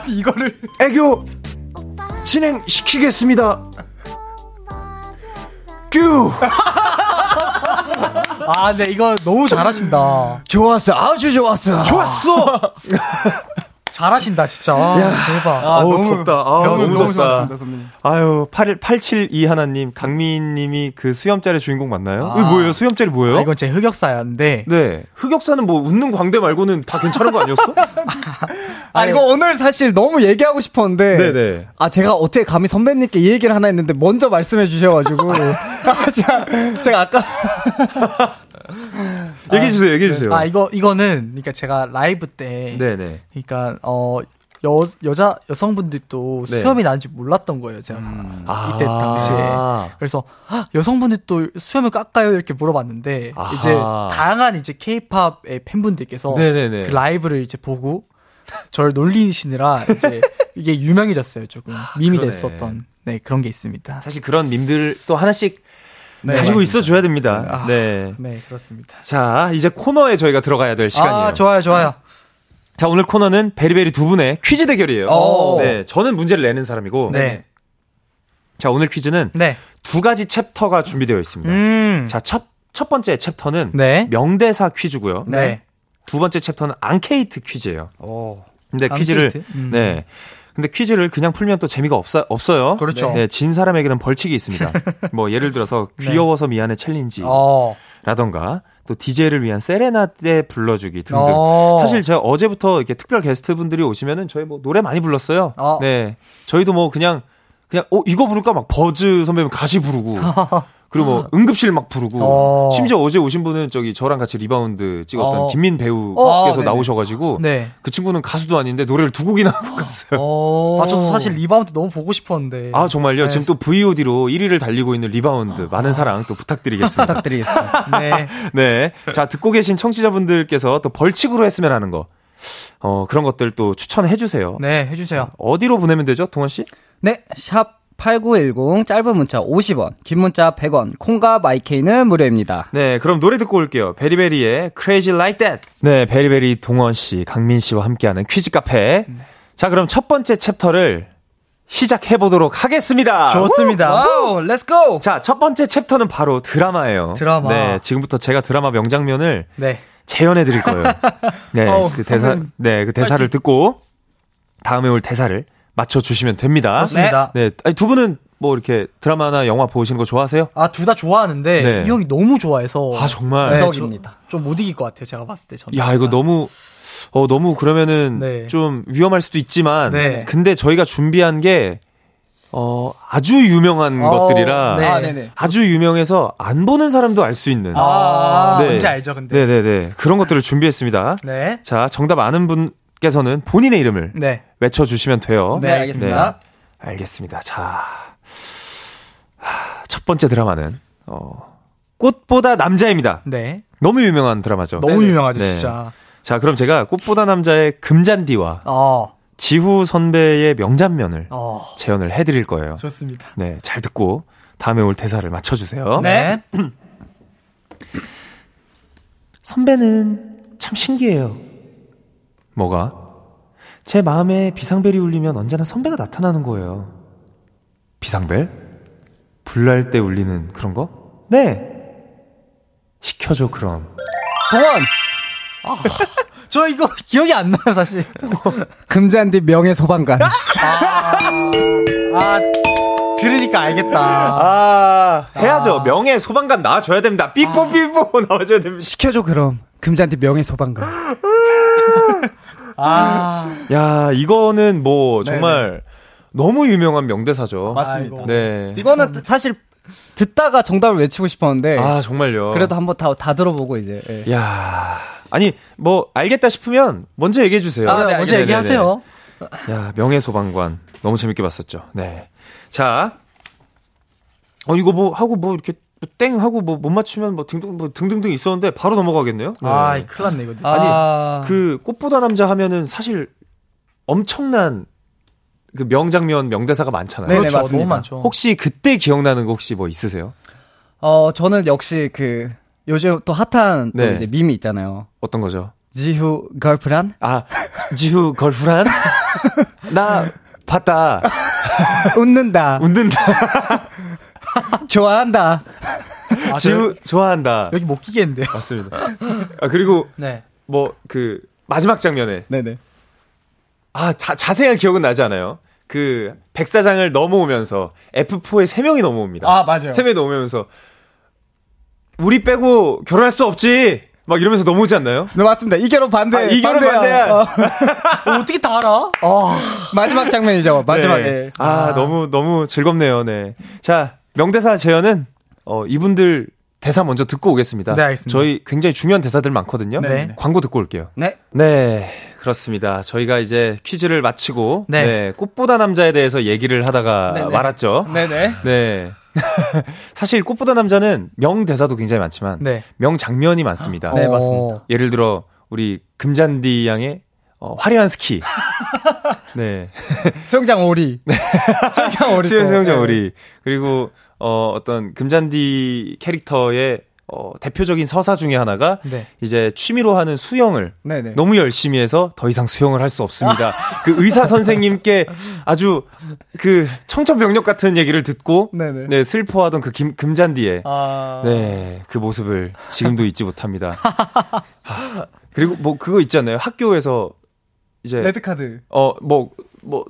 S4: 아니, 이거를.
S2: 애교 진행시키겠습니다. 뀨!
S4: 아, 네, 이거 너무 잘하신다.
S3: 좋았어, 아주 좋았어.
S2: 좋았어!
S4: 잘하신다, 진짜. 아, 대박.
S2: 어우, 덥다. 아, 너무, 덥다.
S3: 선배님.
S2: 아유, 8, 872 하나님, 강민님이 그 수염짤의 주인공 맞나요? 이거 뭐예요? 수염짤이 뭐예요?
S4: 아, 이건 제 흑역사였는데.
S2: 네. 흑역사는 뭐 웃는 광대 말고는 다 괜찮은 거 아니었어?
S3: 아, 이거 오늘 사실 너무 얘기하고 싶었는데.
S2: 네네.
S3: 아, 제가 어떻게 감히 선배님께 이 얘기를 하나 했는데, 먼저 말씀해 주셔가지고. 아, 제가, 제가 아까.
S2: 얘기해주세요, 얘기해주세요.
S4: 아, 이거, 이거는, 그러니까 제가 라이브 때.
S2: 네네.
S4: 그러니까 어 여, 여자 여성분들도
S2: 네. 음.
S4: 수염이 나는지 몰랐던 거예요 제가 이때 당시에
S2: 아.
S4: 그래서 "헉, 여성분들 또 수염을 깎아요 이렇게 물어봤는데
S2: 아하.
S4: 이제 다양한 이제 케이팝의 팬분들께서
S2: 네네네.
S4: 그 라이브를 이제 보고 저를 놀리시느라 이제 이게 유명해졌어요 조금 밈이
S2: 그러네.
S4: 됐었던 네 그런 게 있습니다
S2: 사실 그런 밈들 또 하나씩 가지고
S4: 네, 맞습니다.
S2: 있어줘야 됩니다. 네.
S4: 네 그렇습니다
S2: 자, 이제 코너에 저희가 들어가야 될 시간이에요.
S4: 아 좋아요 좋아요
S2: 자, 오늘 코너는 베리베리 두 분의 퀴즈 대결이에요.
S4: 오. 네.
S2: 네, 저는 문제를 내는 사람이고. 자, 오늘 퀴즈는 두 가지 챕터가 준비되어 있습니다.
S4: 네네음네네
S2: 자, 첫, 첫 번째 챕터는
S4: 네.
S2: 명대사 퀴즈고요. 두 번째 챕터는 앙케이트 퀴즈예요. 근데 퀴즈를
S4: 앙케이트? 음.
S2: 네. 근데 퀴즈를 그냥 풀면 또 재미가 없어, 없어요.
S4: 그렇죠.
S2: 네, 진 사람에게는 벌칙이 있습니다. 뭐 예를 들어서 귀여워서 미안해 챌린지
S4: 네. 어.
S2: 라던가 또 DJ를 위한 세레나데 불러주기 등등.
S4: 어.
S2: 사실 제가 어제부터 이렇게 특별 게스트 분들이 오시면은 저희 뭐 노래 많이 불렀어요.
S4: 어.
S2: 네. 저희도 뭐 그냥 그냥 어 이거 부를까 막 버즈 선배님 가시 부르고 그리고 뭐 응급실 막 부르고
S4: 어.
S2: 심지어 어제 오신 분은 저기 저랑 같이 리바운드 찍었던
S4: 어.
S2: 김민
S4: 어,
S2: 배우께서
S4: 네네.
S2: 나오셔가지고
S4: 네.
S2: 그 친구는 가수도 아닌데 노래를 두 곡이나 하고 갔어요.
S4: 아, 저도 사실 리바운드 너무 보고 싶었는데.
S2: 아 정말요? 지금 또 VOD로 1위를 달리고 있는 리바운드
S4: 아.
S2: 많은 사랑 또 부탁드리겠습니다.
S3: 부탁드리겠습니다.
S4: 네.
S2: 네. 자, 듣고 계신 청취자분들께서 또 벌칙으로 했으면 하는 거. 어, 그런 것들 또 추천해 주세요.
S4: 네, 해주세요.
S2: 어디로 보내면 되죠, 동원 씨?
S3: 네, 샵 8910 짧은 문자 50원, 긴 문자 100원, 콩과 마이케이는 무료입니다.
S2: 네, 그럼 노래 듣고 올게요. 베리베리의 Crazy Like That. 네, 베리베리 동원 씨, 강민 씨와 함께하는 퀴즈 카페. 자, 그럼 첫 번째 챕터를 시작해 보도록 하겠습니다.
S4: 좋습니다.
S3: 와우, 렛츠고!
S2: 자, 첫 번째 챕터는 바로 드라마예요.
S4: 드라마.
S2: 네, 지금부터 제가 드라마 명장면을
S4: 네.
S2: 재연해 드릴 거예요. 네,
S4: 어우,
S2: 그 대사,
S4: 선생님.
S2: 네, 그 대사를 듣고 다음에 올 대사를 맞춰 주시면 됩니다.
S4: 좋습니다.
S2: 네, 아니, 두 분은 뭐 이렇게 드라마나 영화 보시는 거 좋아하세요?
S4: 아, 둘 다 좋아하는데
S2: 네.
S4: 이 형이 너무 좋아해서
S2: 아 정말.
S3: 네.
S4: 좀 못 이길 것 네. 같아요. 제가 봤을 때 저는.
S2: 야 이거 너무 어 너무 그러면은
S4: 네.
S2: 좀 위험할 수도 있지만
S4: 네.
S2: 근데 저희가 준비한 게 어, 아주 유명한
S4: 어,
S2: 것들이라
S4: 네.
S3: 아, 네네.
S2: 아주 유명해서 안 보는 사람도 알 수 있는
S4: 아,
S2: 네.
S4: 뭔지 알죠, 근데.
S2: 네네네 그런 것들을 준비했습니다.
S4: 네.
S2: 자 정답 아는 분께서는 본인의 이름을
S4: 네.
S2: 외쳐주시면 돼요.
S3: 네, 알겠습니다.
S2: 네, 알겠습니다. 자, 하, 첫 번째 드라마는, 어, 꽃보다 남자입니다.
S4: 네.
S2: 너무 유명한 드라마죠.
S4: 너무 유명하죠,
S2: 네.
S4: 진짜.
S2: 자, 그럼 제가 꽃보다 남자의 금잔디와
S4: 어.
S2: 지후 선배의 명장면을
S4: 어.
S2: 재현을 해드릴 거예요.
S4: 좋습니다.
S2: 네, 잘 듣고 다음에 올 대사를 맞춰주세요.
S4: 네.
S2: 선배는 참 신기해요. 뭐가? 제 마음에 비상벨이 울리면 언제나 선배가 나타나는 거예요. 비상벨? 불날 때 울리는 그런 거? 네! 시켜줘, 그럼.
S3: 동원!
S4: 저 이거 기억이 안 나요, 사실.
S3: 금잔디 명예 소방관.
S4: 아, 들으니까 알겠다.
S2: 아, 해야죠. 명예 소방관 나와줘야 됩니다. 삐뽀, 삐뽀 나와줘야 됩니다.
S3: 시켜줘, 그럼. 금잔디 명예 소방관.
S4: 아,
S2: 야, 이거는 뭐, 정말 너무 유명한 명대사죠.
S4: 맞습니다.
S2: 네.
S3: 이거는 듣- 사실 듣다가 정답을 외치고 싶었는데,
S2: 아, 정말요.
S3: 그래도 한번 다, 다 들어보고 이제. 예.
S2: 야 아니 뭐 알겠다 싶으면 먼저 얘기해 주세요.
S4: 아, 네, 먼저
S2: 네네네.
S4: 얘기하세요.
S2: 야 명예 소방관 너무 재밌게 봤었죠. 네. 자, 어 이거 뭐 하고 뭐 이렇게 땡 하고 뭐 못 맞추면 뭐 등등 뭐 등등등 있었는데 바로 넘어가겠네요. 네.
S4: 아, 이 큰일 났네, 이거. 진짜.
S3: 아,
S2: 그 꽃보다 남자 하면은 사실 엄청난 그 명장면 명대사가 많잖아요.
S3: 네네,
S4: 그렇죠. 너무
S3: 맞습니다.
S4: 많죠.
S2: 혹시 그때 기억나는 거 혹시 뭐 있으세요?
S3: 어, 저는 역시 그, 요즘 또 핫한 또
S2: 네.
S3: 이제 밈이 있잖아요.
S2: 어떤 거죠?
S3: 지후 걸프란?
S2: 아 지후 걸프란 나 봤다
S3: 웃는다.
S2: 웃는다.
S3: 좋아한다.
S4: 아, 저
S2: 지우 좋아한다.
S4: 여기 못 끼겠는데요.
S2: 맞습니다. 아 그리고
S4: 네.
S2: 뭐 그 마지막 장면에
S3: 네네.
S2: 아 자, 자세한 기억은 나지 않아요. 그 백사장을 넘어오면서 F4에 세 명이 넘어옵니다.
S4: 아, 맞아요.
S2: 세 명이 넘어오면서 우리 빼고 결혼할 수 없지. 막 이러면서 넘어오지 않나요?
S3: 네, 맞습니다. 이겨로 반대. 어.
S2: 아, 이겨로 반대야.
S4: 어떻게 다 알아?
S3: 마지막 장면이죠. 뭐, 마지막에. 예.
S2: 네. 아, 너무 너무 즐겁네요. 네. 자 명대사 재현은 어 이분들 대사 먼저 듣고 오겠습니다.
S4: 네, 알겠습니다.
S2: 저희 굉장히 중요한 대사들 많거든요.
S4: 네.
S2: 광고 듣고 올게요.
S3: 네.
S2: 네, 그렇습니다. 저희가 이제 퀴즈를 마치고
S4: 네.
S2: 네, 꽃보다 남자에 대해서 얘기를 하다가
S3: 네네.
S2: 말았죠.
S3: 네네.
S2: 네. 사실 꽃보다 남자는 명대사도 굉장히 많지만
S4: 네.
S2: 명장면이 많습니다.
S3: 네,
S4: 어.
S3: 맞습니다.
S2: 예를 들어 우리 금잔디 양의 어, 화려한 스키. 네.
S3: 수영장 오리. 수영장 오리. 또.
S2: 수영장
S3: 네.
S2: 우리 그리고 어, 어떤 금잔디 캐릭터의 어, 대표적인 서사 중에 하나가
S4: 네.
S2: 이제 취미로 하는 수영을
S3: 네네.
S2: 너무 열심히 해서 더 이상 수영을 할 수 없습니다. 그 의사 선생님께 아주 그 청천벽력 같은 얘기를 듣고
S3: 네네.
S2: 네, 슬퍼하던 그 김, 금잔디의
S4: 아.
S2: 네, 그 모습을 지금도 잊지 못합니다. 하, 그리고 뭐 그거 있잖아요. 학교에서 이제
S3: 레드카드.
S2: 어, 뭐, 뭐,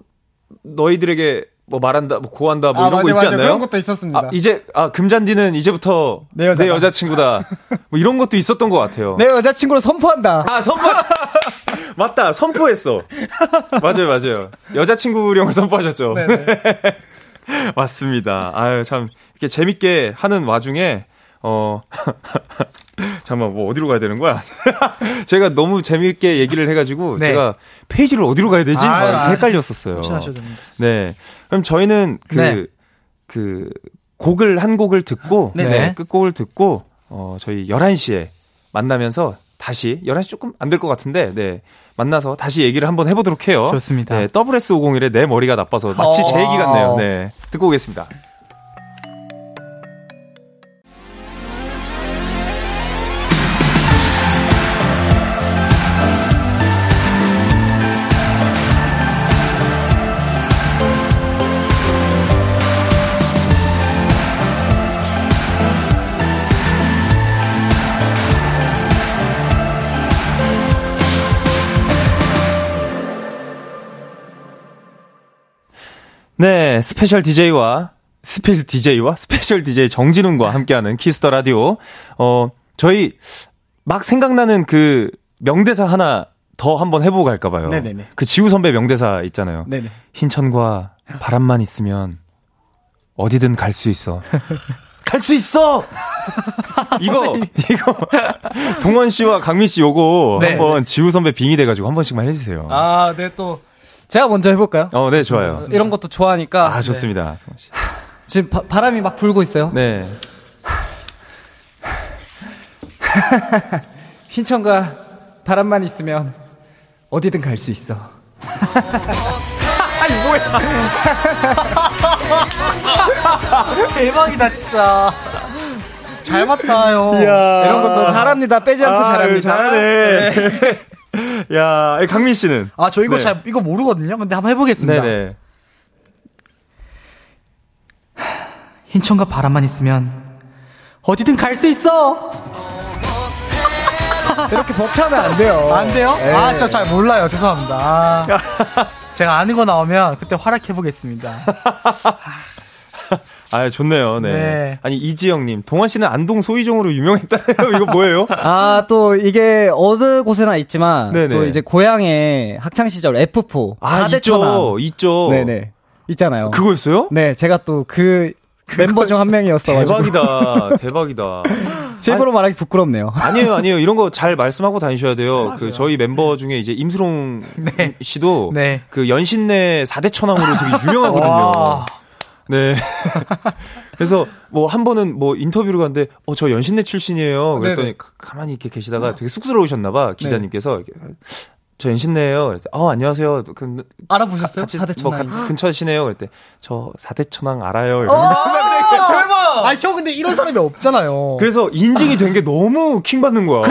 S2: 너희들에게 뭐 말한다, 뭐 고한다,
S4: 아,
S2: 뭐 이런 거 있지 않나요?
S3: 아, 그런 것도 있었습니다.
S2: 아, 이제, 아, 금잔디는 이제부터
S3: 내
S2: 내,
S3: 여자다.
S2: 여자친구다. 뭐 이런 것도 있었던 것 같아요.
S3: 내 여자친구를 선포한다.
S2: 아, 선포! 맞다,
S4: 네,
S2: 선포했어. 맞아요, 맞아요. 여자친구령을 선포하셨죠. 맞습니다. 아유, 참, 이렇게 재밌게 하는 와중에, 어, 잠깐만, 뭐, 어디로 가야 되는 거야? 제가 너무 재밌게 얘기를 해가지고,
S4: 네.
S2: 제가 페이지를 어디로 가야 되지? 막
S4: 아유,
S2: 이렇게
S4: 아유.
S2: 헷갈렸었어요.
S4: 친하셨는데.
S2: 네. 그럼 저희는 그,
S3: 네.
S2: 그, 곡을, 한 곡을 듣고,
S4: 네네.
S2: 네, 끝곡을 듣고, 어, 저희 11시에 만나면서 다시, 11시 조금 안 될 것 같은데, 네. 만나서 다시 얘기를 한번 해보도록 해요.
S4: 좋습니다.
S2: 네. WS501의 내 머리가 나빠서 마치 제 얘기
S4: 어.
S2: 같네요. 네. 듣고 오겠습니다. 네, 스페셜 DJ와 스페셜 DJ와 스페셜 DJ 정진웅과 함께하는 키스터 라디오. 어, 저희 막 생각나는 그 명대사 하나 더 한번 해보고 갈까 봐요.
S4: 네네네.
S2: 그 지우 선배 명대사 있잖아요.
S4: 네네.
S2: 흰천과 바람만 있으면 어디든 갈 수 있어. 갈 수 있어! 이거, 이거, 동원 씨와 강민 씨 요거
S4: 네.
S2: 한번 지우 선배 빙의 돼가지고 한 번씩만 해주세요.
S4: 아, 네, 또. 제가 먼저 해볼까요?
S2: 어, 네, 좋아요.
S3: 이런 것도 좋아하니까 네.
S2: 아, 좋습니다. 동원 씨.
S4: 지금 바, 바람이 막 불고 있어요.
S2: 네.
S3: 흰천과 바람만 있으면 어디든 갈 수 있어.
S4: 대박이다, 진짜. 잘 맞다요.
S3: 이런 것도 잘합니다. 빼지 않고 아, 잘합니다.
S2: 아, 잘하네. 야, 강민 씨는?
S4: 아, 저 이거
S2: 네.
S4: 잘, 이거 모르거든요? 근데 한번 해보겠습니다.
S2: 네네.
S4: 흰천과 바람만 있으면 어디든 갈 수 있어!
S3: 이렇게 벅차면 안 돼요.
S4: 안 돼요? 아, 저 잘 몰라요. 죄송합니다. 아, 제가 아는 거 나오면 그때 활약해보겠습니다.
S2: 아, 좋네요. 네.
S4: 네.
S2: 아니, 이지영님. 동원 씨는 안동 소이종으로 유명했다네요. 이거 뭐예요?
S3: 아, 또 이게 어느 곳에나 있지만
S2: 네네.
S3: 또 이제 고향에 학창 시절 F4
S2: 아,
S3: 4대 천왕.
S2: 있죠. 있죠.
S3: 네네. 있잖아요.
S2: 그거였어요?
S3: 네, 제가 또 그 멤버 중 한
S2: 네,
S3: 명이었어 가지고
S2: 대박이다. 대박이다.
S3: 제 입으로 말하기 부끄럽네요.
S2: 아니에요, 아니에요. 이런 거 잘 말씀하고 다니셔야 돼요.
S4: 네,
S2: 그 저희 멤버 중에 이제 임수롱 씨도
S4: 네.
S2: 그 연신내 4대 천왕으로 되게 유명하거든요.
S4: 와.
S2: 네. 그래서 뭐 한 번은 뭐 인터뷰를 갔는데 어 저 연신내 출신이에요. 그랬더니
S4: 네네. 네.
S2: 가- 가만히 이렇게 계시다가 되게 쑥스러우셨나 봐. 기자님께서 이렇게 저 연신내예요. 그랬더니 어 안녕하세요. 그
S4: 알아보셨어요?
S2: 같이
S4: 4대
S2: 뭐
S4: 천왕.
S2: 가- 근처시네요. 그랬더니 저 4대 천왕 알아요. 이러면서
S4: 어! 대박! 아, 형 근데 이런 사람이 없잖아요.
S2: 그래서 인증이 된 게 너무 킹 받는 거야.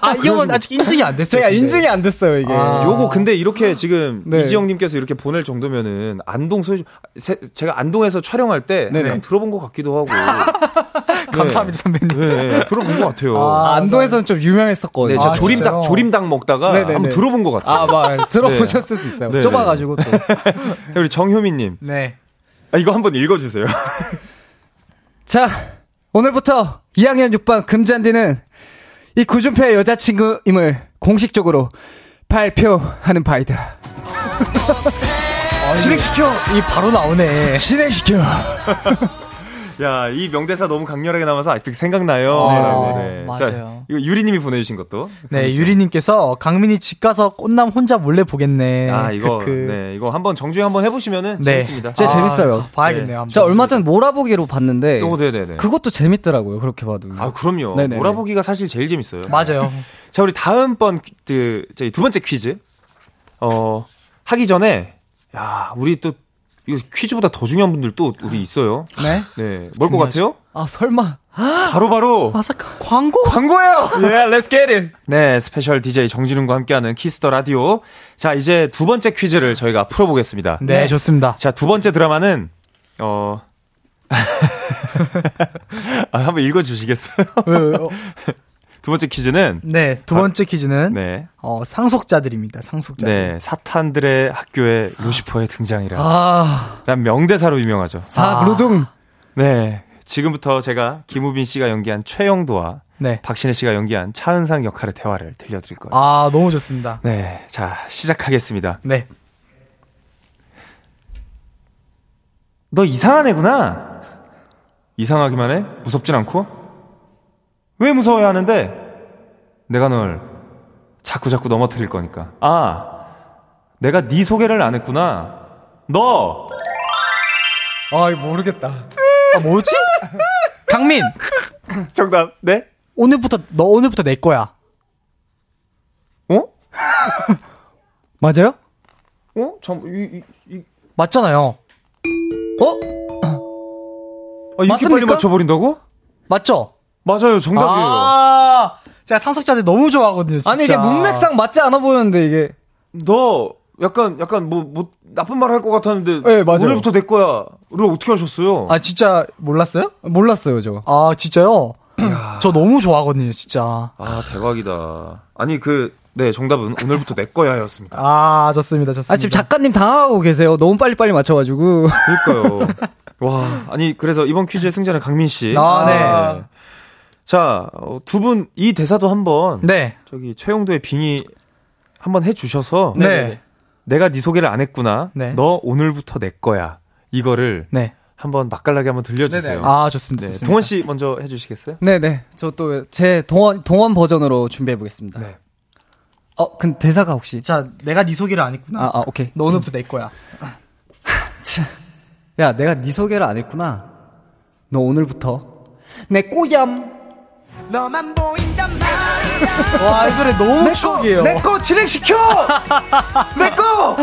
S4: 아, 이 형은 아직 인증이 안 됐어요.
S3: 제가
S4: 근데.
S3: 인증이 안 됐어요, 이게.
S4: 아.
S2: 예. 요거 근데 이렇게 지금
S3: 네.
S2: 이지영님께서 이렇게 보낼 정도면은 안동 소유 세- 제가 안동에서 촬영할 때 약간 들어본 것 같기도 하고
S4: 감사합니다, 선배님.
S2: 네, 네, 들어본 것 같아요.
S3: 아, 안동에서는 좀
S2: 네,
S3: 유명했었거든요.
S2: 제가
S4: 아,
S2: 조림닭
S4: 진짜요?
S2: 조림닭 먹다가
S3: 네, 네,
S2: 한번
S3: 네.
S2: 들어본 것 같아요.
S3: 아, 막 들어보셨을 수도 있어요.
S2: 네.
S3: 좁아가지고 또.
S2: 우리 정효민님
S4: 네.
S2: 아, 이거 한번 읽어주세요.
S3: 자, 오늘부터 2학년 6반 금잔디는 이 구준표의 여자친구임을 공식적으로 발표하는 바이다.
S4: 실행시켜! 이 바로 나오네.
S3: 진행시켜.
S2: 야 이 명대사 너무 강렬하게 남아서 아직도 생각나요.
S4: 아,
S2: 네.
S4: 맞아요.
S2: 이거 유리님이 보내주신 것도
S4: 네, 유리님께서 강민이 집 가서 꽃남 혼자 몰래 보겠네.
S2: 아 이거
S4: 크크.
S2: 네 이거 한번 정주행 한번 해보시면은
S4: 네.
S2: 재밌습니다. 아,
S3: 진짜 재밌어요.
S4: 봐야겠네요.
S2: 네.
S4: 한번.
S3: 저 얼마 전 몰아보기로 봤는데
S2: 오, 네네네.
S3: 그것도 재밌더라고요. 그렇게 봐도.
S2: 아 그럼요.
S3: 네네네.
S2: 몰아보기가 사실 제일 재밌어요.
S4: 맞아요.
S2: 자, 우리 다음번 퀴- 그 저희 두 번째 퀴즈. 어, 하기 전에 야, 우리 또 이거 퀴즈보다 더 중요한 분들 또 우리 있어요.
S3: 네?
S2: 네. 뭘 것 같아요?
S3: 아, 설마.
S2: 바로바로
S4: 아삭 광고?
S2: 광고예요.
S3: Yeah, let's get it.
S2: 네, 스페셜 DJ 정진웅과 함께하는 키스터 라디오. 자, 이제 두 번째 퀴즈를 저희가 풀어 보겠습니다.
S4: 네, 좋습니다.
S2: 자, 두 번째 드라마는 어 아, 한번 읽어 주시겠어요? 두 번째 퀴즈는
S4: 네, 두 번째 퀴즈는
S2: 네.
S4: 어, 상속자들입니다. 상속자들.
S2: 네, 사탄들의 학교에 루시퍼의 등장이라.
S4: 아,
S2: 란 명대사로 유명하죠.
S4: 아.
S3: 루둥.
S2: 네. 지금부터 제가 김우빈 씨가 연기한 최영도와
S4: 네.
S2: 박신혜 씨가 연기한 차은상 역할의 대화를 들려드릴 거예요.
S4: 아, 너무 좋습니다.
S2: 네. 자, 시작하겠습니다.
S4: 네.
S2: 너 이상한 애구나. 이상하기만 해? 무섭진 않고? 왜 무서워야 하는데? 내가 널 자꾸 자꾸 넘어뜨릴 거니까. 아, 내가 네 소개를 안 했구나. 너
S3: 아, 이거 모르겠다.
S4: 아, 뭐지? 강민
S2: 정답. 네?
S4: 오늘부터 너 오늘부터 내 거야.
S2: 어?
S4: 맞아요?
S2: 어? 잠, 이, 이, 이.
S4: 맞잖아요.
S3: 어?
S2: 아, 이렇게 빨리
S4: 맞습니까?
S2: 맞춰버린다고?
S4: 맞죠?
S2: 맞아요, 정답이에요.
S4: 아, 제가 상속자들 너무 좋아하거든요. 진짜.
S3: 아니, 이게 문맥상 맞지 않아 보였는데, 이게.
S2: 너 약간 약간 뭐 뭐 나쁜 말 할 것 같았는데
S3: 네, 맞아요.
S2: 오늘부터 내 거야를 어떻게 하셨어요?
S4: 아 진짜 몰랐어요?
S3: 몰랐어요, 저.
S4: 아 진짜요? 저 너무 좋아하거든요, 진짜.
S2: 아, 대박이다. 아니 그 네 정답은 오늘부터 내 거야였습니다.
S4: 아 좋습니다, 좋습니다.
S3: 아, 지금 작가님 당하고 계세요. 너무 빨리빨리 맞춰가지고.
S2: 그러니까요. 와 아니 그래서 이번 퀴즈의 승자는 강민 씨.
S4: 아, 네.
S2: 자두 분 이 대사도 한번
S4: 네,
S2: 저기 최용도의 빙의 한번 해주셔서
S4: 네,
S2: 내가 네 소개를 안 했구나.
S4: 네.
S2: 너 오늘부터 내 거야. 이거를
S4: 네.
S2: 한번 맛깔나게 한번 들려주세요.
S4: 아 좋습니다.
S2: 네,
S4: 좋습니다.
S2: 동원 씨 먼저 해주시겠어요?
S3: 네네. 저 또 제 동원, 동원 버전으로 준비해보겠습니다.
S2: 네.
S3: 어, 근데 대사가 혹시.
S4: 자, 내가 네 소개를 안 했구나.
S3: 아, 아, 오케이.
S4: 너 오늘부터 내 거야.
S3: 참. 야, 내가 네 소개를 안 했구나. 너 오늘부터 내 꼬얌.
S4: 와, 이 노래 너무 추억이에요.
S3: 내거 진행시켜. 내 거.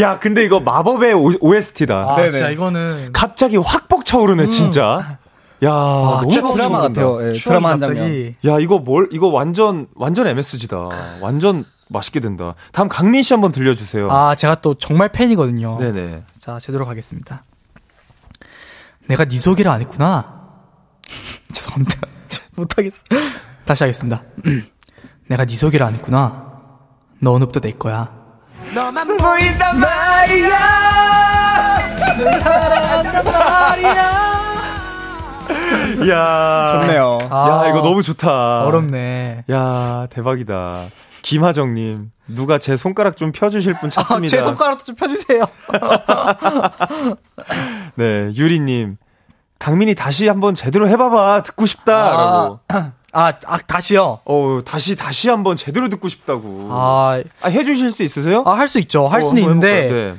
S2: 야, 근데 이거 마법의 OST다.
S4: 아, 진짜 음. 이거는
S2: 갑자기 확 벅차오르네, 진짜. 야,
S4: 아,
S2: 너무
S3: 추억 드라마
S2: 벅차오른다.
S3: 같아요. 예,
S4: 추억이
S3: 드라마 한
S4: 갑자기-
S3: 장면.
S2: 야, 이거 뭘, 이거 완전, 완전 MSG다. 완전 맛있게 된다. 다음 강민 씨 한번 들려주세요.
S4: 아, 제가 또 정말 팬이거든요.
S2: 네네.
S4: 자, 제대로 가겠습니다. 내가 네 소개를 안 했구나. 죄송합니다. 못하겠어. 다시 하겠습니다. 내가 네 소개를 안 했구나. 너 오늘부터 내 거야.
S2: 야
S3: 좋네요.
S2: 야,
S4: 아,
S2: 이거 너무 좋다.
S4: 어렵네.
S2: 야, 대박이다. 김하정님, 누가 제 손가락 좀 펴주실 분 찾습니다.
S4: 아, 제 손가락도 좀 펴주세요.
S2: 네, 유리님. 강민이 다시 한번 제대로 해봐봐. 듣고 싶다. 라고.
S4: 아, 아, 다시요.
S2: 어 다시, 다시 한번 제대로 듣고 싶다고.
S4: 아,
S2: 아, 해주실 수 있으세요?
S4: 아, 할 수 있죠. 할
S2: 어,
S4: 수는
S2: 한번
S4: 있는데,
S2: 해볼까요? 네.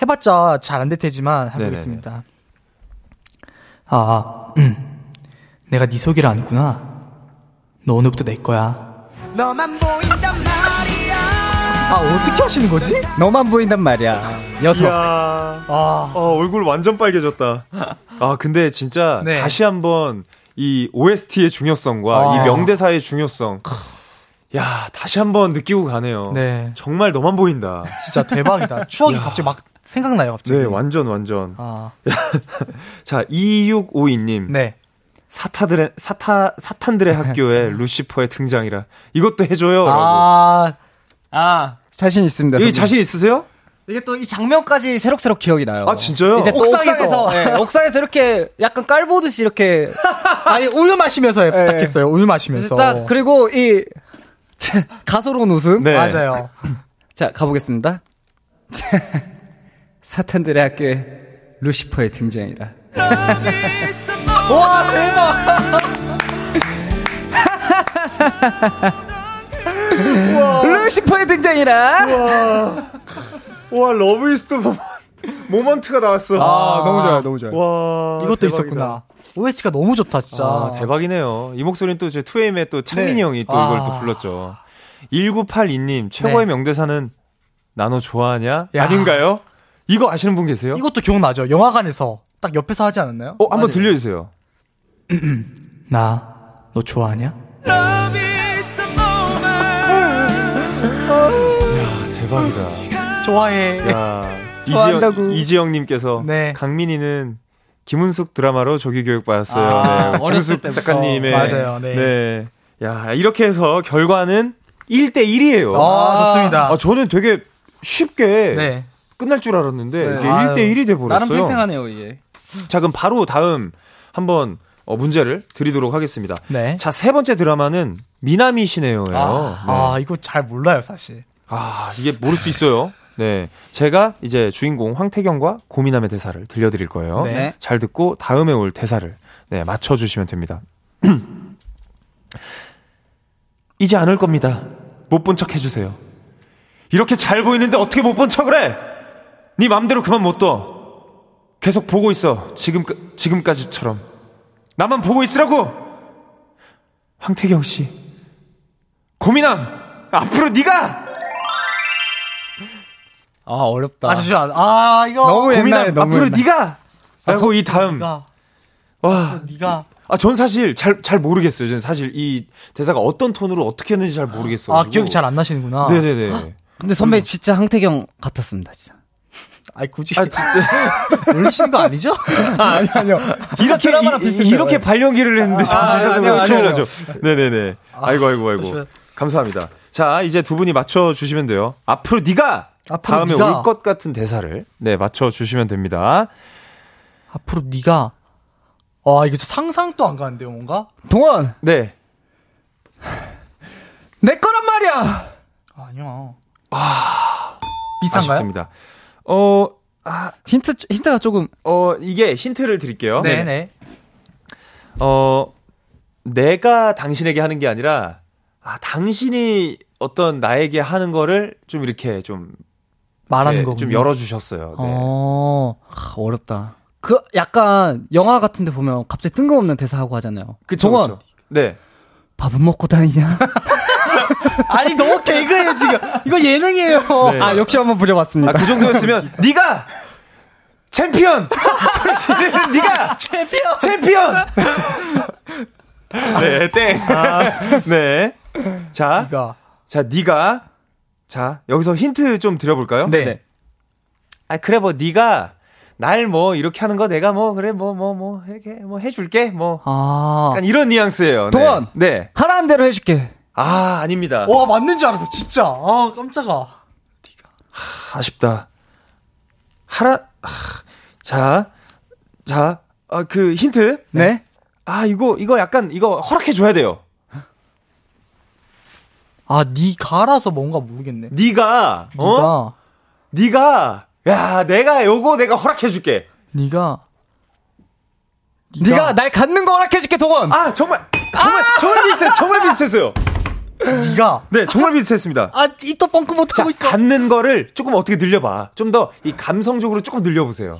S4: 해봤자 잘 안 될 테지만 해보겠습니다. 아, 아, 음. 내가 네 소개를 안 했구나. 너 오늘부터 내 거야. 아, 어떻게 하시는 거지?
S3: 너만 보인단 말이야. 녀석.
S2: 이야,
S4: 아,
S2: 아, 얼굴 완전 빨개졌다. 아, 근데 진짜
S4: 네.
S2: 다시 한번 이 OST의 중요성과
S4: 아.
S2: 이 명대사의 중요성. 야, 다시 한번 느끼고 가네요.
S4: 네.
S2: 정말 너만 보인다.
S4: 진짜 대박이다. 추억이 갑자기 막 생각나요, 갑자기.
S2: 네, 완전, 완전.
S4: 아,
S2: 자, 2652님.
S4: 네.
S2: 사타들의, 사타, 사탄들의 학교에 루시퍼의 등장이라. 이것도 해줘요. 라고.
S4: 아,
S3: 아, 자신 있습니다.
S2: 여기
S3: 선생님.
S2: 자신 있으세요?
S3: 이게 또 이 장면까지 새록새록 기억이 나요.
S2: 아, 진짜요?
S3: 이제 또
S4: 옥상에서.
S3: 옥상에서 예, 옥상에서 이렇게 약간 깔보듯이 이렇게
S4: 아니, 우유 마시면서 해- 딱 했어요. 우유 마시면서.
S3: 딱 네. 그리고 이 가소로운 웃음.
S2: 네.
S4: 맞아요.
S3: 자, 가보겠습니다. 사탄들의 학교에 루시퍼의 등장이라.
S4: 와, 대박!
S3: 루시퍼의 등장이라!
S2: 와, 러브 이스트 모먼- 모먼트가 나왔어.
S3: 너무 좋아요, 너무 좋아요.
S2: 와.
S4: 이것도
S2: 대박이다.
S4: 있었구나. OST가 너무 좋다, 진짜.
S2: 아, 대박이네요. 이 목소리는 또 제 2AM의 또 창민이
S3: 네.
S2: 형이 또
S4: 아. 네.
S2: 이걸 또 불렀죠. 1982님, 최고의 명대사는 나노 좋아하냐? 아닌가요? 이거 아시는 분 계세요?
S4: 이것도 기억나죠? 영화관에서 딱 옆에서 하지 않았나요?
S2: 어, 한번 들려주세요.
S4: 나 너 좋아하냐?
S2: 야, 대박이다.
S4: 좋아해.
S2: 야,
S3: 좋아한다고.
S2: 이지영, 이지영님께서
S4: 네.
S2: 강민이는 김은숙 드라마로 조기 교육 받았어요.
S4: 아,
S2: 네,
S4: 어렸을
S2: 김은숙
S4: 때부터.
S2: 작가님의
S4: 맞아요, 네.
S2: 야, 이렇게 해서 결과는 1대 1이에요.
S4: 아, 좋습니다.
S2: 저는 되게 쉽게
S4: 네.
S2: 끝날 줄 알았는데
S3: 네.
S2: 이게
S4: 아유.
S2: 1대 1이 돼
S3: 나름
S2: 버렸어요.
S3: 팽팽하네요, 이게.
S2: 자, 그럼 바로 다음 한번 어, 문제를 드리도록 하겠습니다.
S4: 네.
S2: 자, 세 번째 드라마는 미나미 시네요예요. 네.
S4: 아, 이거 잘 몰라요, 사실.
S2: 아, 이게 모를 수 있어요. 네. 제가 이제 주인공 황태경과 고민함의 대사를 들려드릴 거예요.
S3: 네.
S2: 잘 듣고 다음에 올 대사를 네, 맞춰주시면 됩니다. 이제 안 올 겁니다. 못 본 척 해주세요. 이렇게 잘 보이는데 어떻게 못 본 척을 해? 네 맘대로 그만 못 둬. 계속 보고 있어. 지금, 지금까지처럼. 나만 보고 있으라고! 황태경 씨. 고민함! 앞으로 네가
S3: 아 어렵다.
S4: 아, 잠시만. 아, 이거.
S3: 너무 옛날,
S2: 고민함!
S3: 너무
S2: 앞으로
S3: 옛날.
S2: 네가! 라고
S4: 앞으로
S2: 아, 이 다음.
S4: 아, 네가,
S2: 와,
S4: 네가.
S2: 아, 전 사실 잘, 잘 모르겠어요. 저는 사실 이 대사가 어떤 톤으로 어떻게 했는지 잘 모르겠어요.
S4: 아, 기억이 잘 안 나시는구나. 아.
S2: 네네네.
S3: 근데 선배 진짜 항태경 같았습니다. 진짜.
S4: 아이, 굳이.
S2: 아, 진짜.
S4: 놀리시는 거 아니죠?
S3: 아니 아니요.
S2: 이렇게, 이- 이, 이렇게 발령기를 했는데,
S3: 아,
S2: 저
S3: 아니요,
S2: 대사도
S3: 아니요,
S2: 큰일
S3: 아니요.
S2: 나죠. 네네네. 아이고, 아이고, 아이고.
S4: 잠시만요.
S2: 감사합니다. 자, 이제 두 분이 맞춰주시면 돼요. 앞으로 네가
S4: 앞으로
S2: 다음에 올
S4: 네가.
S2: 것 같은 대사를 네 맞춰주시면 됩니다.
S4: 앞으로 네가. 와, 이거 진짜 상상도 안 가는데요, 뭔가?
S3: 동원
S2: 네.
S3: 내 거란 말이야.
S4: 아니야. 아. 비싼가요?
S2: 아쉽습니다. 어,
S3: 힌트 힌트가 조금 아,
S2: 어, 이게 힌트를 드릴게요.
S4: 네네.
S2: 어, 내가 당신에게 하는 게 아니라, 아, 당신이 어떤 나에게 하는 거를 좀 이렇게 좀,
S4: 말하는
S2: 네,
S4: 거군요.
S2: 좀 열어주셨어요. 네.
S4: 어.
S3: 아, 어렵다. 그 약간 영화 같은데 보면 갑자기 뜬금없는 대사 하고 하잖아요.
S2: 그쵸,
S3: 동원
S2: 그쵸. 네.
S3: 밥은 먹고 다니냐?
S4: 아니, 너무 개그예요, 지금. 이거 예능이에요.
S2: 네.
S3: 아 역시 한번
S2: 아,
S3: 부려봤습니다.
S2: 그 정도였으면, 네가 챔피언! 소리 지르는 네가
S4: 챔피언!
S2: 챔피언! 네, 땡. 네. 자,
S4: 네가.
S2: 자, 네가 자 여기서 힌트 좀 드려볼까요?
S4: 네.
S2: 아 그래 뭐 네가 날 뭐 이렇게 하는 거 내가 뭐 그래 뭐 뭐 뭐 이렇게 뭐 해줄게 뭐
S4: 아.
S2: 약간 이런 뉘앙스예요.
S3: 동원!
S2: 네. 네.
S3: 하라는 대로 해줄게.
S2: 아 아닙니다.
S4: 와, 맞는 줄 알았어, 진짜. 아, 깜짝아.
S2: 아쉽다. 하라 아, 자자아그 힌트
S3: 네.
S2: 아 이거 이거 약간 이거 허락해 줘야 돼요.
S4: 아, 니 가라서 뭔가 모르겠네.
S2: 네가 어 네가
S4: 니가,
S2: 야 내가 요거 내가 허락해 줄게.
S4: 니가,
S3: 네가, 날 갖는 거 허락해줄게 동원.
S2: 아 정말 정말 정말 비슷했어요. 정말 비슷했어요.
S4: 니가.
S2: 네, 정말 비슷했습니다.
S4: 아, 입도 뻥끗
S2: 자,
S4: 못하고 있어.
S2: 갖는 거를 조금 어떻게 늘려봐. 좀 더 이 감성적으로 조금 늘려보세요.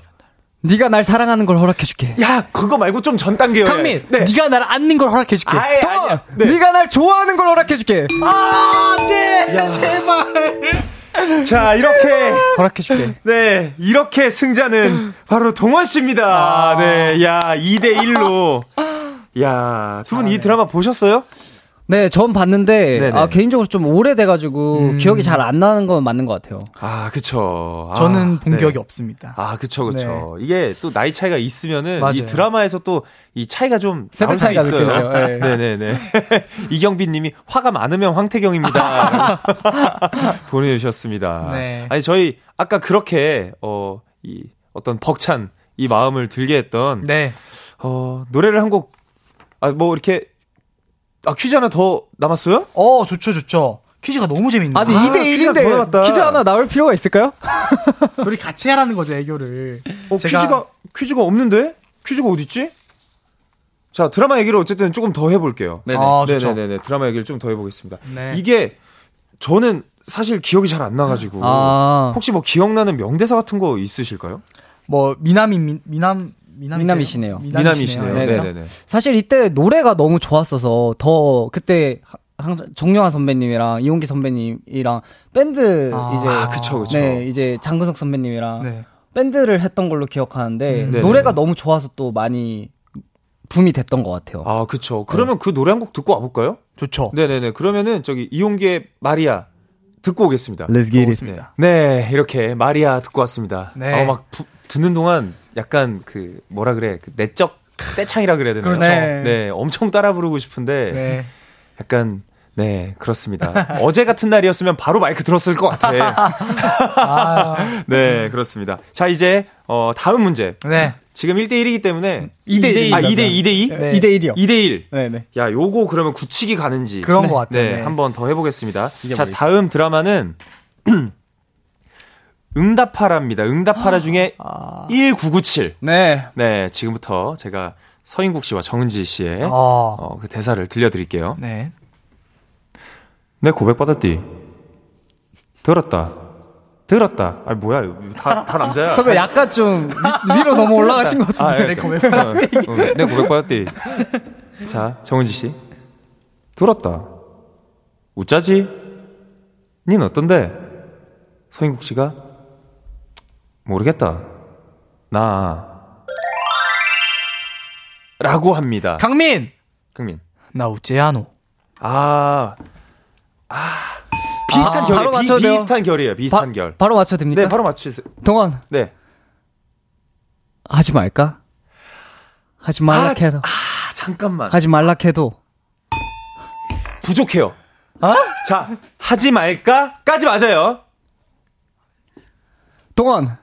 S3: 네가 날 사랑하는 걸
S4: 예.
S3: 허락해줄게.
S2: 야, 그거 말고 좀 전 단계요.
S4: 강민,
S2: 네.
S4: 니가 나를 안는 걸 허락해줄게.
S2: 아예
S3: 동원
S2: 아니야. 네.
S3: 네가 날 좋아하는 걸 허락해줄게.
S4: 아, 안 돼! 제발!
S2: 자, 이렇게
S4: 허락해줄게.
S2: 네, 이렇게 승자는 바로 동원 씨입니다. 네, 야, 2대 1로. 야, 두 분 이 드라마 보셨어요?
S3: 네, 전 봤는데
S2: 네네. 음.
S3: 아, 개인적으로 좀 오래돼가지고 기억이 잘 안 나는 건 맞는 것 같아요.
S2: 아, 그쵸. 아,
S4: 저는 본
S2: 네.
S4: 기억이 없습니다.
S2: 아, 그쵸, 그쵸.
S3: 네.
S2: 이게 또 나이 차이가 있으면은
S4: 맞아요.
S2: 이 드라마에서 또 이 차이가 좀
S3: 세대
S2: 나올 수
S3: 차이가
S2: 있어요.
S3: 느껴져요. 예.
S2: 네네네. 이경빈 님이 화가 많으면 황태경입니다. 보내주셨습니다.
S4: 네.
S2: 아니, 저희 아까 그렇게, 어, 이 어떤 벅찬 이 마음을 들게 했던,
S4: 네.
S2: 어, 노래를 한 곡, 아, 뭐 이렇게, 아, 퀴즈 하나 더 남았어요?
S4: 어, 좋죠, 좋죠. 퀴즈가 너무 재밌네.
S3: 아니
S4: 아,
S2: 이-
S3: 2대
S2: 퀴즈가
S3: 1인데
S2: 돌아왔다.
S3: 퀴즈 하나 나올 필요가 있을까요?
S4: 둘이 같이 하라는 거죠, 애교를.
S2: 어,
S4: 제가-
S2: 퀴즈가, 퀴즈가 없는데? 퀴즈가 어딨지? 자, 드라마 얘기를 어쨌든 조금 더 해볼게요.
S4: 아, 좋죠.
S2: 네네네 드라마 얘기를 좀 더 해보겠습니다.
S4: 네.
S2: 이게 저는 사실 기억이 잘 안 나가지고
S3: 아.
S2: 혹시 뭐 기억나는 명대사 같은 거 있으실까요?
S4: 뭐, 미남이, 미, 미남, 미남.
S3: 미남이시네요.
S2: 미남이시네요.
S3: 네,
S2: 네네네.
S3: 사실 이때 노래가 너무 좋았어서 더 그때 하- 항상 정영아 선배님이랑 이홍기 선배님이랑 밴드
S4: 아.
S3: 이제
S2: 아 그쵸 그쵸.
S3: 네 이제 장근석 선배님이랑
S4: 네.
S3: 밴드를 했던 걸로 기억하는데
S4: 음.
S2: 네네.
S3: 노래가 너무 좋아서 또 많이 붐이 됐던 것 같아요.
S2: 아 그쵸. 그러면 그 노래 한 곡 듣고 와볼까요?
S4: 좋죠.
S2: 네네네. 그러면은 저기 이용기의 마리아 듣고 오겠습니다.
S3: Let's get it.
S4: 좋습니다.
S2: 네 이렇게 마리아 듣고 왔습니다.
S4: 네.
S2: 어, 막 부- 듣는 동안 약간 그 뭐라 그래 그 내적 떼창이라 그래야 되나요?
S4: 그렇죠.
S2: 네. 네, 엄청 따라 부르고 싶은데
S4: 네.
S2: 약간 네 그렇습니다. 어제 같은 날이었으면 바로 마이크 들었을 것 같아. 네 그렇습니다. 자 이제 어, 다음 문제.
S4: 네.
S2: 지금 1대 1이기 때문에
S3: 이 대 일.
S2: 아 2대 2대 2?
S4: 네.
S3: 2대 1이요.
S2: 2대 1.
S3: 네네.
S2: 야 요거 그러면 굳히기 가는지.
S4: 그런 것 같아요. 네.
S2: 네, 한 번 더 해보겠습니다. 자
S3: 모르겠어요.
S2: 다음 드라마는 응답하라입니다. 응답하라 중에
S4: 아.
S2: 1997.
S4: 네.
S2: 네, 지금부터 제가 서인국 씨와 정은지 씨의
S4: 어.
S2: 어, 그 대사를 들려드릴게요.
S4: 네.
S2: 내 고백 받았디. 들었다. 들었다. 아 뭐야? 이거 다, 다 남자야.
S3: 선배 약간 좀 위- 위로 너무 올라가신 것 같은데.
S2: 내 고백 받았디. 내 네. 어, 고백 받았디. 자, 정은지 씨. 들었다. 웃자지? 닌 어떤데? 서인국 씨가 모르겠다. 나 라고 합니다.
S4: 강민!
S2: 강민.
S4: 나 우째야노.
S2: 아. 아. 비슷한
S3: 아,
S2: 결.
S3: 바로
S2: 이
S3: 맞춰야 돼요?
S2: 비슷한 결이에요.
S3: 바,
S2: 비슷한 결.
S3: 바로 맞춰도 됩니까?
S2: 네, 바로 맞추세요.
S3: 동원
S2: 네.
S3: 하지 말까? 하지 말라 해도
S2: 아, 잠깐만.
S3: 하지 말라 해도
S2: 부족해요.
S4: 아?
S2: 자, 하지 말까? 까지 맞아요.
S3: 동원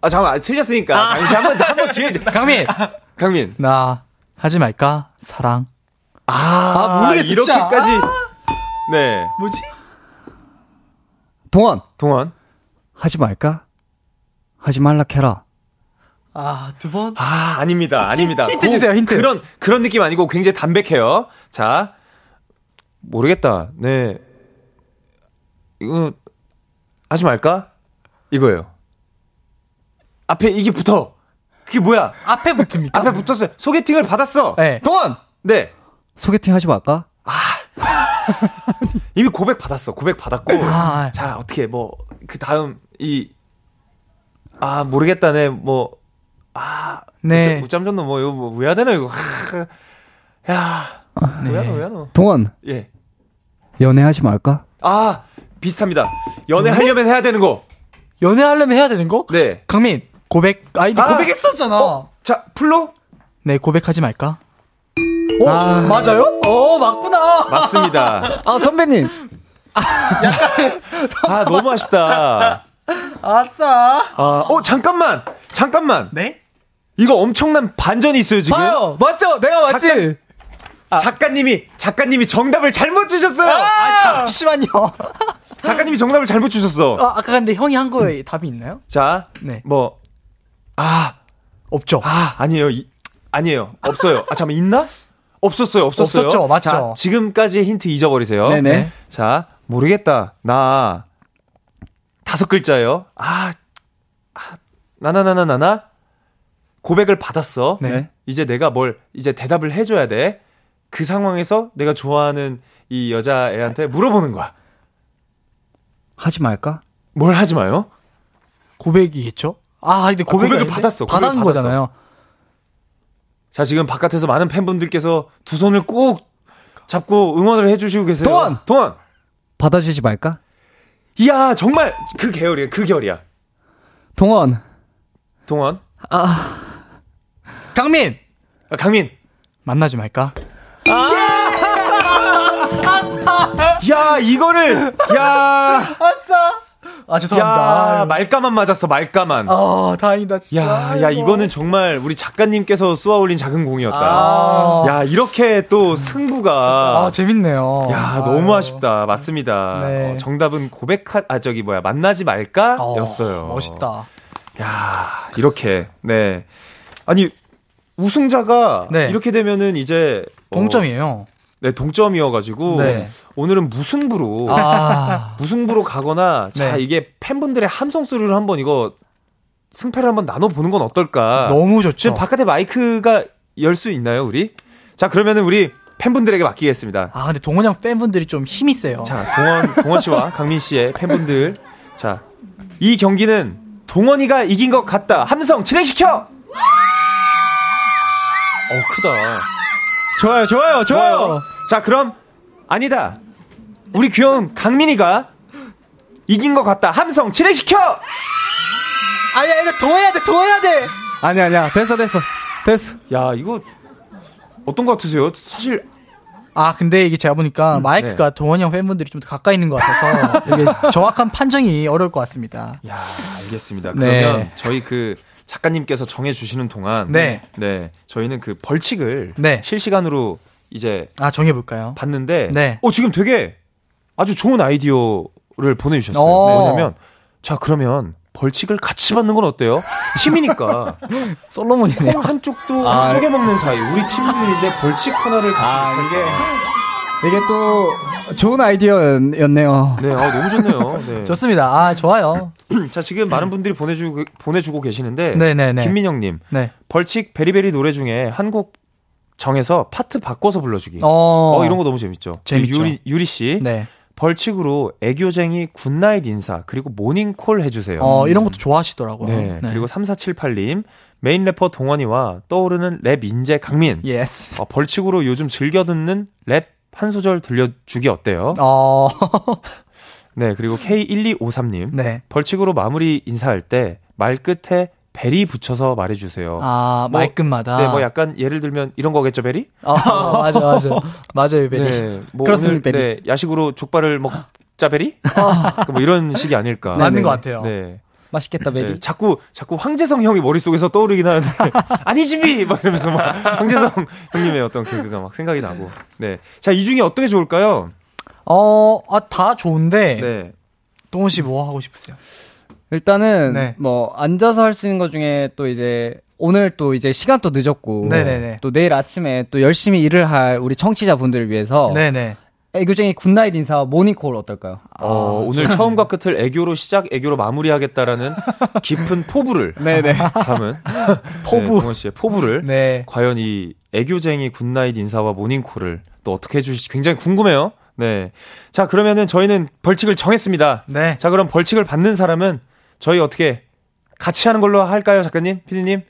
S2: 아, 잠깐만. 아, 틀렸으니까. 아, 시 한번 한번 기회 드릴게요.
S4: 강민!
S2: 강민.
S4: 나 하지 말까? 사랑.
S2: 아,
S4: 모르겠어, 진짜.
S2: 이렇게까지. 네.
S4: 뭐지?
S3: 동원
S2: 동원.
S3: 하지 말까? 하지 말라 해라.
S4: 아, 두 번?
S2: 아, 아닙니다. 아닙니다.
S4: 힌트 주세요, 힌트.
S2: 그런 그런 느낌 아니고 굉장히 담백해요. 자. 모르겠다. 네. 이거 하지 말까? 이거예요. 앞에 이게 붙어. 그게 뭐야?
S4: 앞에 붙습니까?
S2: 앞에 붙었어요. 소개팅을 받았어.
S4: 네.
S2: 동원. 네.
S3: 소개팅 하지 말까?
S2: 이미 고백 받았어. 고백 받았고.
S4: 아, 아.
S2: 자, 어떻게 뭐 그 다음 이 아, 모르겠다네. 뭐
S4: 네.
S2: 우짬전도 뭐 이거 뭐왜 해야 되나 이거. 하, 야. 왜야 너? 왜야 너?
S3: 동원
S2: 예.
S3: 연애하지 말까?
S2: 아, 비슷합니다. 연애 하려면 해야 되는 거.
S4: 연애하려면 해야 되는 거?
S2: 네.
S4: 강민, 고백. 아니,
S2: 아.
S4: 고백했었잖아.
S2: 자, 플로?
S4: 네, 고백하지 말까?
S3: 오 맞아요?
S2: 네?
S4: 어, 맞구나.
S2: 맞습니다.
S3: 아 선배님
S2: 아, 너무 아쉽다.
S4: 아싸.
S2: 아, 어, 잠깐만. 잠깐만.
S4: 네?
S2: 이거 엄청난 반전이 있어요, 지금.
S4: 봐요. 아, 맞죠? 내가 맞지?
S2: 잠깐. 작가님이 작가님이 정답을 잘못 주셨어요.
S4: 잠시만요.
S2: 작가님이 정답을 잘못 주셨어.
S4: 아, 아까 근데 형이 한 거에 답이 있나요?
S2: 자,
S4: 네.
S2: 뭐, 아,
S4: 없죠.
S2: 아, 아니에요. 이- 아니에요. 없어요. 아, 잠깐만, 있나? 없었어요. 없었어요.
S4: 없었죠, 맞죠.
S2: 자, 지금까지의 힌트 잊어버리세요.
S3: 네네.
S2: 자, 모르겠다. 나, 다섯 글자예요. 아, 아 나나나나나나. 고백을 받았어.
S4: 네.
S2: 이제 내가 뭘, 이제 대답을 해줘야 돼. 그 상황에서 내가 좋아하는 이 여자애한테 물어보는 거야.
S3: 하지 말까?
S2: 뭘 하지 마요?
S4: 고백이겠죠? 아, 근데 네? 고백이
S2: 고백을
S4: 아닌데?
S2: 받았어, 고백을
S4: 받은
S2: 받았어.
S4: 거잖아요.
S2: 자, 지금 바깥에서 많은 팬분들께서 두 손을 꼭 잡고 응원을 해주시고 계세요.
S3: 동원!
S2: 동원!
S3: 받아주지 말까?
S2: 이야, 정말 그 계열이야, 그 계열이야.
S3: 동원
S2: 동원.
S4: 아. 강민!
S2: 아, 강민.
S4: 만나지 말까?
S2: 야, 이거를, 야,
S4: 아, 죄송합니다.
S2: 야, 말까만 맞았어, 말까만.
S4: 아, 다행이다,
S2: 야, 야, 이거는 정말 우리 작가님께서 쏘아 올린 작은 공이었다.
S4: 아.
S2: 야, 이렇게 또 승부가.
S4: 아, 재밌네요.
S2: 야, 너무 아쉽다. 맞습니다.
S4: 네.
S2: 어, 정답은 고백하, 아, 저기 뭐야, 만나지 말까?
S4: 어,
S2: 였어요.
S4: 멋있다.
S2: 야 이렇게 네 아니 우승자가
S4: 네.
S2: 이렇게 되면은 이제 어,
S4: 동점이에요.
S2: 네 동점이어가지고
S4: 네.
S2: 오늘은 무승부로
S4: 아,
S2: 무승부로 가거나 자
S4: 네.
S2: 이게 팬분들의 함성 소리를 한번 이거 승패를 한번 나눠 보는 건 어떨까?
S4: 너무
S2: 지금
S4: 좋죠.
S2: 바깥에 마이크가 열 수 있나요 우리? 자 그러면은 우리 팬분들에게 맡기겠습니다.
S4: 아, 근데 동원 형 팬분들이 좀 힘이 세요.
S2: 자, 동원, 동원 씨와 강민 씨의 팬분들. 자, 이 경기는 동원이가 이긴 것 같다. 함성 진행시켜! 어, 크다.
S4: 좋아요, 좋아요,
S2: 좋아요. 자, 그럼, 아니다. 우리 귀여운 강민이가 이긴 것 같다. 함성 진행시켜!
S4: 아니야, 아니야, 더 해야 돼, 더 해야 돼.
S3: 아니 아니야 됐어 됐어 됐어
S2: 야, 이거 어떤 것 같으세요? 사실,
S4: 아, 근데 이게 제가 보니까 마이크가 동원 형 팬분들이 좀 더 가까이 있는 것 같아서 이게 정확한 판정이 어려울 것 같습니다.
S2: 야, 알겠습니다.
S4: 네.
S2: 그러면 저희 그 작가님께서 정해주시는 동안.
S4: 네.
S2: 네, 저희는 그 벌칙을.
S4: 네.
S2: 실시간으로 이제
S4: 아, 정해볼까요?
S2: 봤는데
S4: 네.
S2: 어 지금 되게 아주 좋은 아이디어를 보내주셨어요.
S4: 어.
S2: 뭐냐면 자, 그러면 벌칙을 같이 받는 건 어때요? 팀이니까.
S4: 아, 솔로몬이네.
S2: 콩 한쪽도 쪼개 먹는 사이. 우리 팀들인데 벌칙 하나를 같이
S3: 아,
S2: 먹는 게.
S3: 이게 또 좋은 아이디어였네요.
S2: 네, 아, 너무 좋네요. 네.
S4: 좋습니다. 아, 좋아요.
S2: 자, 지금 많은 분들이 보내주고, 보내주고 계시는데.
S4: 네네네.
S2: 김민영님.
S4: 네.
S2: 벌칙 베리베리 노래 중에 한 곡 정해서 파트 바꿔서 불러주기. 어,
S4: 어,
S2: 이런 거 너무 재밌죠. 그
S4: 재밌죠.
S2: 유리, 유리 씨.
S4: 네.
S2: 벌칙으로 애교쟁이 굿나잇 인사, 그리고 모닝콜 해주세요.
S4: 어, 이런 것도 좋아하시더라고요.
S2: 네. 그리고 3478님, 메인 래퍼 동원이와 떠오르는 랩 인재 강민.
S4: 예스.
S2: 어, 벌칙으로 요즘 즐겨 듣는 랩 한 소절 들려주기 어때요?
S4: 어.
S2: 네, 그리고 K1253님.
S4: 네.
S2: 벌칙으로 마무리 인사할 때 말끝에 베리 붙여서 말해주세요.
S4: 아,
S2: 뭐,
S4: 말끝마다.
S2: 네, 뭐 약간 예를 들면 이런 거겠죠, 베리?
S4: 아, 맞아, 맞아. 맞아요, 베리. 아.
S2: 네, 뭐
S3: 그렇습니다,
S2: 오늘, 네, 야식으로 족발을 먹자, 베리? 뭐 이런 식이 아닐까.
S4: 맞는
S2: 네.
S4: 것 같아요.
S2: 네.
S3: 맛있겠다, 베리.
S2: 네, 자꾸 자꾸 황재성 형이 머릿속에서 떠오르긴 하는데 아니지비 막 이러면서 막 황재성 형님의 어떤 그가 막 생각이 나고 네자 이 중에 어떤 게 좋을까요?
S4: 어, 아, 다 좋은데.
S2: 네
S4: 동훈 씨 뭐 하고 싶으세요?
S3: 일단은
S4: 네.
S3: 뭐 앉아서 할 수 있는 것 중에 또 이제 오늘 또 이제 시간도 늦었고
S4: 네네네.
S3: 또 내일 아침에 또 열심히 일을 할 우리 청취자분들을
S4: 어.
S3: 위해서
S4: 네네.
S3: 애교쟁이 굿나잇 인사와 모닝콜 어떨까요?
S4: 아,
S2: 어, 오늘 처음과 끝을 애교로 시작 애교로 마무리하겠다라는 깊은 포부를
S4: 네네.
S2: 담은
S4: 포부.
S2: 네, 동원 씨의 포부를
S4: 네.
S2: 과연 이 애교쟁이 굿나잇 인사와 모닝콜을 또 어떻게 해주실지 굉장히 궁금해요. 네. 자, 그러면은 저희는 벌칙을 정했습니다.
S4: 네.
S2: 자, 그럼 벌칙을 받는 사람은 저희 어떻게 같이 하는 걸로 할까요, 작가님? 피디님?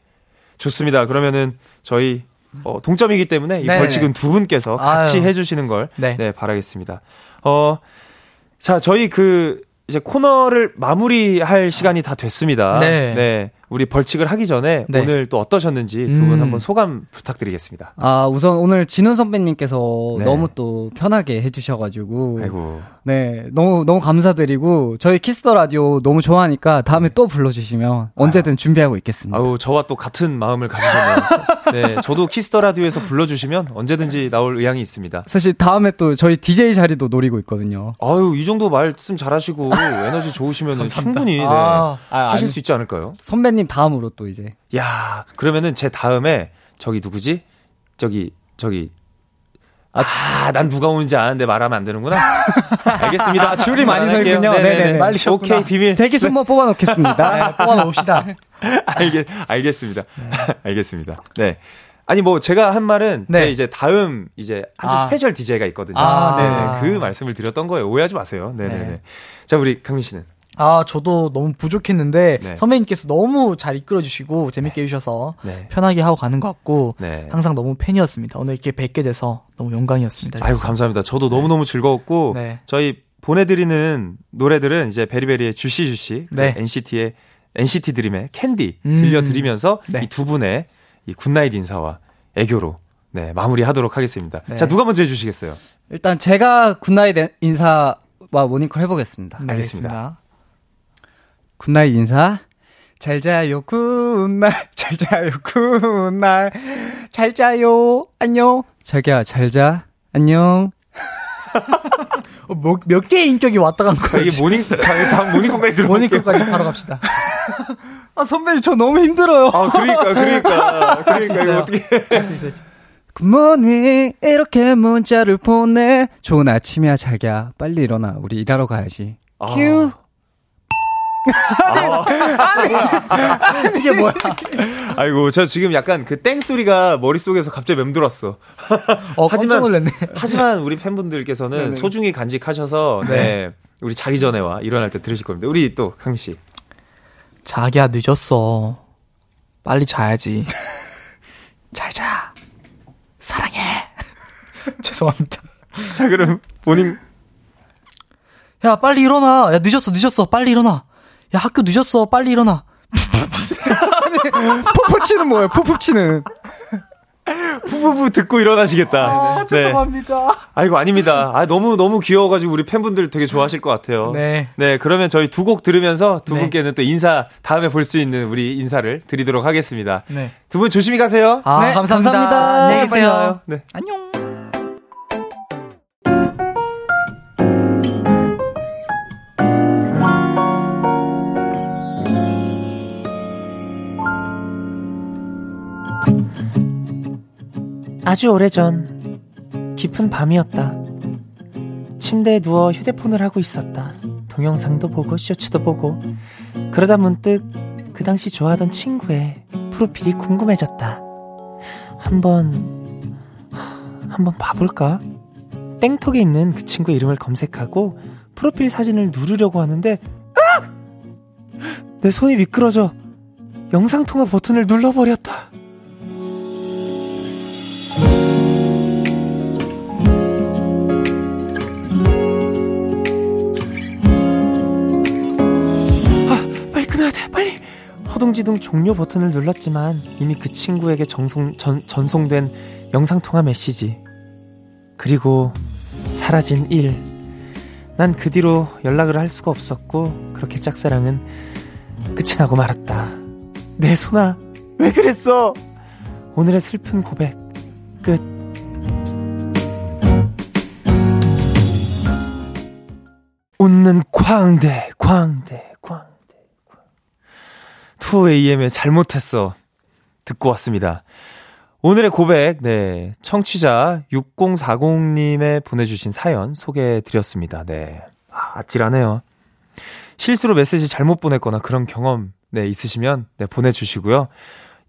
S2: 좋습니다. 그러면은 저희 어, 동점이기 때문에 이
S4: 네네네.
S2: 벌칙은 두 분께서 같이
S4: 아유.
S2: 해주시는 걸 네.
S4: 네.
S2: 바라겠습니다. 어, 자, 저희 그 이제 코너를 마무리할 시간이 다 됐습니다.
S4: 네.
S2: 우리 벌칙을 하기 전에
S4: 네.
S2: 오늘 또 어떠셨는지 두 분
S4: 음.
S2: 한번 소감 부탁드리겠습니다.
S3: 아 우선 오늘 진훈 선배님께서
S2: 네.
S3: 너무 또 편하게 해주셔가지고
S2: 아이고.
S3: 네 너무 너무 감사드리고 저희 키스터 라디오 너무 좋아하니까 다음에 또 불러주시면 언제든 준비하고 있겠습니다.
S2: 아우 저와 또 같은 마음을 가지셨네요. 네, 저도 키스터 라디오에서 불러주시면 언제든지 나올 의향이 있습니다.
S3: 사실 다음에 또 저희 DJ 자리도 노리고 있거든요.
S2: 아유 이 정도 말씀 잘하시고 에너지 좋으시면 충분히 네,
S4: 아,
S3: 아,
S2: 하실
S3: 아니.
S2: 수 있지 않을까요?
S3: 선배님 다음으로 또 이제
S2: 야 그러면은 제 다음에 저기 누구지? 저기 저기 아 난 누가 오는지 아는데 말하면 안 되는구나. 알겠습니다.
S3: 아, 줄이 많이
S2: 안 할게요.
S3: 서있군요. 네네네.
S2: 빨리
S3: 셨구나.
S2: 오케이 비밀.
S3: 대기 순번 뽑아놓겠습니다.
S4: 네. 뽑아놓읍시다.
S2: 알겠, 알겠습니다. 알겠습니다. 네. 아니 뭐 제가 한 말은
S4: 네.
S2: 제 이제 다음 이제 한주
S4: 아.
S2: 스페셜 DJ가 있거든요.
S4: 아.
S2: 네네. 그 말씀을 드렸던 거예요. 오해하지 마세요. 네네네.
S4: 네.
S2: 자 우리 강민 씨는
S4: 아, 저도 너무 부족했는데
S2: 네.
S4: 선배님께서 너무 잘 이끌어 주시고 재밌게 해 주셔서
S2: 네.
S4: 편하게 하고 가는 것 같고
S2: 네.
S4: 항상 너무 팬이었습니다. 오늘 이렇게 뵙게 돼서 너무 영광이었습니다.
S2: 아이고 감사합니다. 저도 너무 너무 즐거웠고
S4: 네.
S2: 저희 보내드리는 노래들은 이제 베리베리의 주시 주시
S4: 네.
S2: NCT의 NCT 드림의 캔디
S4: 음.
S2: 들려드리면서
S4: 네.
S2: 이 두 분의 이 굿나잇 인사와 애교로 네 마무리하도록 하겠습니다.
S4: 네.
S2: 자 누가 먼저 해주시겠어요?
S3: 일단 제가 굿나잇 엔- 인사와 모닝콜 해보겠습니다.
S4: 네,
S2: 알겠습니다.
S3: 굿나잇 인사.
S4: 잘 자요 굿날 잘 자요 굿날 잘 자요 안녕
S3: 자기야 잘 자. 안녕.
S4: 어, 뭐, 몇 개의 인격이 왔다 간
S2: 자,
S4: 거예요
S2: 이게 모닝 다음 모닝콩까지 들어볼게요.
S4: 모닝급까지 바로 갑시다 아 선배님 저 너무 힘들어요
S2: 아, 그러니까, 그러니까. 그러니까, 이거
S4: 있어요.
S2: 어떻게.
S3: 굿모닝 이렇게 문자를 보내. 좋은 아침이야 자기야. 빨리 일어나. 우리 일하러 가야지.
S2: 아.
S3: 큐.
S4: 이게 뭐야
S2: 아이고, 저 지금 약간 그 땡소리가 머릿속에서 갑자기 맴돌았어.
S4: 어, 깜짝 놀랐네
S2: 하지만 우리 팬분들께서는 소중히 간직하셔서, 네. 우리 자기 전에와 일어날 때 들으실 겁니다. 우리 또, 강씨.
S4: 자기야 늦었어 빨리 자야지 잘 자 사랑해 죄송합니다
S2: 자, 그럼 본인.
S4: 야 빨리 일어나 야 늦었어 늦었어 빨리 일어나 야 학교 늦었어 빨리 일어나
S3: 푸푸치는 뭐예요? 푸푸치는.
S2: 푸푸푸 듣고 일어나시겠다. 네.
S4: 아, 죄송합니다
S2: 아이고, 아닙니다. 아, 너무, 너무 귀여워가지고 우리 팬분들 되게 좋아하실 것 같아요.
S4: 네.
S2: 네, 그러면 저희 두 곡 들으면서 두
S4: 네.
S2: 분께는 또 인사, 다음에 볼 수 있는 우리 인사를 드리도록 하겠습니다.
S4: 네.
S2: 두 분 조심히 가세요.
S4: 아 감사합니다. 안녕히
S2: 빨리
S4: 계세요
S2: 와요. 네.
S4: 안녕.
S2: 아주 오래전 깊은 밤이었다. 침대에 누워 휴대폰을 하고 있었다. 동영상도 보고 쇼츠도 보고 그러다 문득 그 당시 좋아하던 친구의 프로필이 궁금해졌다. 한번 한번 봐볼까? 땡톡에 있는 그 친구의 이름을 검색하고 프로필 사진을 누르려고 하는데 아! 내 손이 미끄러져 영상 통화 버튼을 눌러버렸다. 아, 빨리 끊어야 돼, 빨리! 허둥지둥 종료 버튼을 눌렀지만 이미 그 친구에게 정송, 전, 전송된 영상통화 메시지. 그리고 사라진 일. 난 그 뒤로 연락을 할 수가 없었고, 그렇게 짝사랑은 끝이 나고 말았다. 내 손아, 네, 왜 그랬어? 오늘의 슬픈 고백, 끝. 웃는 광대, 광대, 광대. 2AM의 잘못했어. 듣고 왔습니다. 오늘의 고백, 네. 청취자 6040님의 보내주신 사연 소개해드렸습니다. 네. 아, 아찔하네요. 실수로 메시지 잘못 보냈거나 그런 경험, 네, 있으시면, 네, 보내주시고요.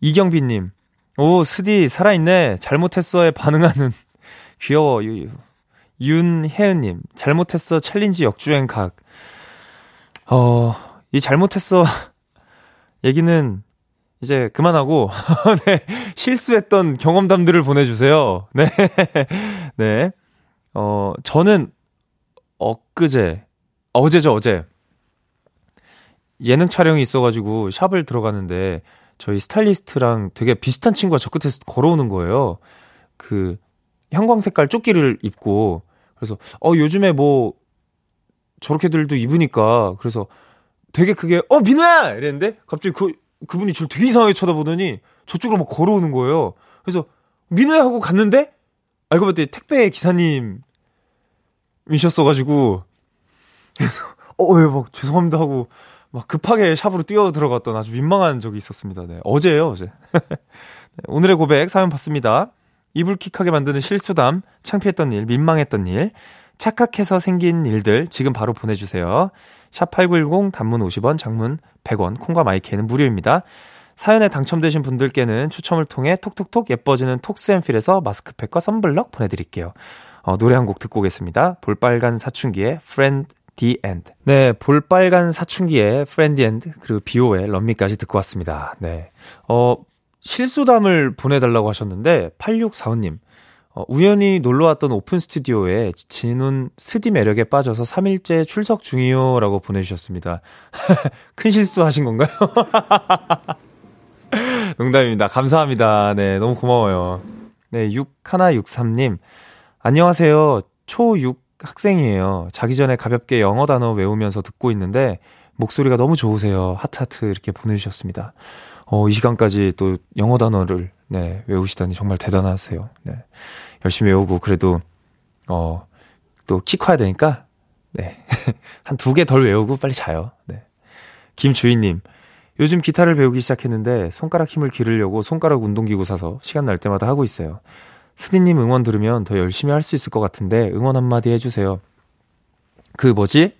S2: 이경빈님, 오, 스디, 살아있네. 잘못했어에 반응하는, 귀여워. 유, 윤혜은님, 잘못했어 챌린지 역주행 각. 어, 이 잘못했어 얘기는 이제 그만하고 네, 실수했던 경험담들을 보내주세요. 네, 네. 어 저는 엊그제 어제죠 어제 예능 촬영이 있어가지고 샵을 들어가는데 저희 스타일리스트랑 되게 비슷한 친구가 저 끝에서 걸어오는 거예요. 그 형광 색깔 조끼를 입고 그래서 어 요즘에 뭐 저렇게들도 입으니까 그래서 되게 그게 어 민호야 이랬는데 갑자기 그 그분이 저를 되게 이상하게 쳐다보더니 저쪽으로 막 걸어오는 거예요. 그래서 민호야 하고 갔는데 알고 봤더니 택배 기사님이셨어가지고 그래서 어왜막 죄송합니다 하고 막 급하게 샵으로 뛰어 들어갔던 아주 민망한 적이 있었습니다. 네 어제예요 어제. 네, 오늘의 고백 사연 봤습니다. 이불킥하게 만드는 실수담, 창피했던 일, 민망했던 일, 착각해서 생긴 일들 지금 바로 보내주세요. 샵8910 단문 50원, 장문 100원, 콩과 마이크는 무료입니다. 사연에 당첨되신 분들께는 추첨을 통해 톡톡톡 예뻐지는 톡스앤필에서 마스크팩과 썬블럭 보내드릴게요. 어, 노래 한 곡 듣고 오겠습니다. 볼빨간 사춘기의 Friend the End. 네, 볼빨간 사춘기의 Friend the End 그리고 비오의 런미까지 듣고 왔습니다. 네, 어 실수담을 보내달라고 하셨는데 8645님 어, 우연히 놀러 왔던 오픈 스튜디오에 진훈 스디 매력에 빠져서 3일째 출석 중이요라고 보내주셨습니다. 큰 실수 하신 건가요? 농담입니다. 감사합니다. 네, 너무 고마워요. 네, 6163님. 안녕하세요. 초6 학생이에요. 자기 전에 가볍게 영어 단어 외우면서 듣고 있는데 목소리가 너무 좋으세요. 하트하트 이렇게 보내주셨습니다. 어, 이 시간까지 또 영어 단어를 네, 외우시다니 정말 대단하세요. 네. 열심히 외우고 그래도 어, 또 키 커야 되니까 네. 한 두 개 덜 외우고 빨리 자요. 네. 김주인님. 요즘 기타를 배우기 시작했는데 손가락 힘을 기르려고 손가락 운동기구 사서 시간 날 때마다 하고 있어요. 스디님 응원 들으면 더 열심히 할 수 있을 것 같은데 응원 한마디 해주세요. 그 뭐지?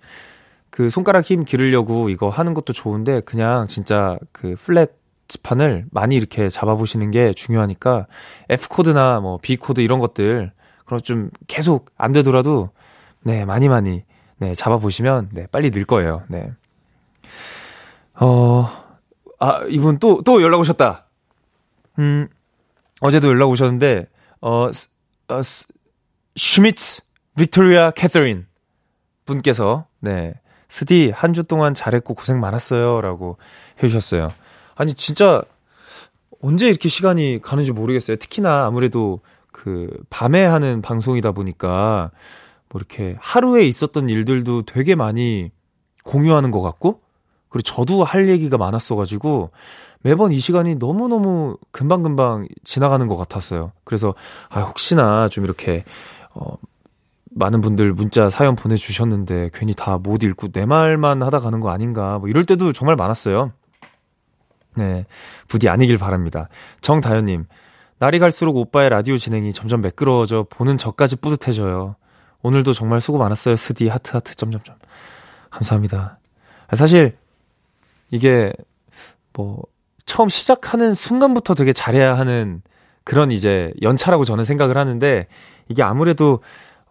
S2: 그 손가락 힘 기르려고 이거 하는 것도 좋은데 그냥 진짜 그 플랫 지판을 많이 이렇게 잡아보시는 게 중요하니까 F 코드나 뭐 B 코드 이런 것들 그럼 좀 계속 안 되더라도 네 많이 많이 네 잡아보시면 네 빨리 늘 거예요. 네. 어, 아 이분 또 또 연락 오셨다. 음 어제도 연락 오셨는데 어, 스- 어 스- 슈미츠 빅토리아 캐서린 분께서 네 스디 한 주 동안 잘했고 고생 많았어요라고 해주셨어요. 아니 진짜 언제 이렇게 시간이 가는지 모르겠어요. 특히나 아무래도 그 밤에 하는 방송이다 보니까 뭐 이렇게 하루에 있었던 일들도 되게 많이 공유하는 것 같고 그리고 저도 할 얘기가 많았어가지고 매번 이 시간이 너무너무 금방금방 지나가는 것 같았어요. 그래서 아 혹시나 좀 이렇게 어 많은 분들 문자 사연 보내주셨는데 괜히 다 못 읽고 내 말만 하다 가는 거 아닌가 뭐 이럴 때도 정말 많았어요. 네 부디 아니길 바랍니다. 정다현님 날이 갈수록 오빠의 라디오 진행이 점점 매끄러워져 보는 저까지 뿌듯해져요. 오늘도 정말 수고 많았어요. 스디 하트 하트 점점점. 감사합니다. 아, 사실 이게 뭐 처음 시작하는 순간부터 되게 잘해야 하는 그런 이제 연차라고 저는 생각을 하는데 이게 아무래도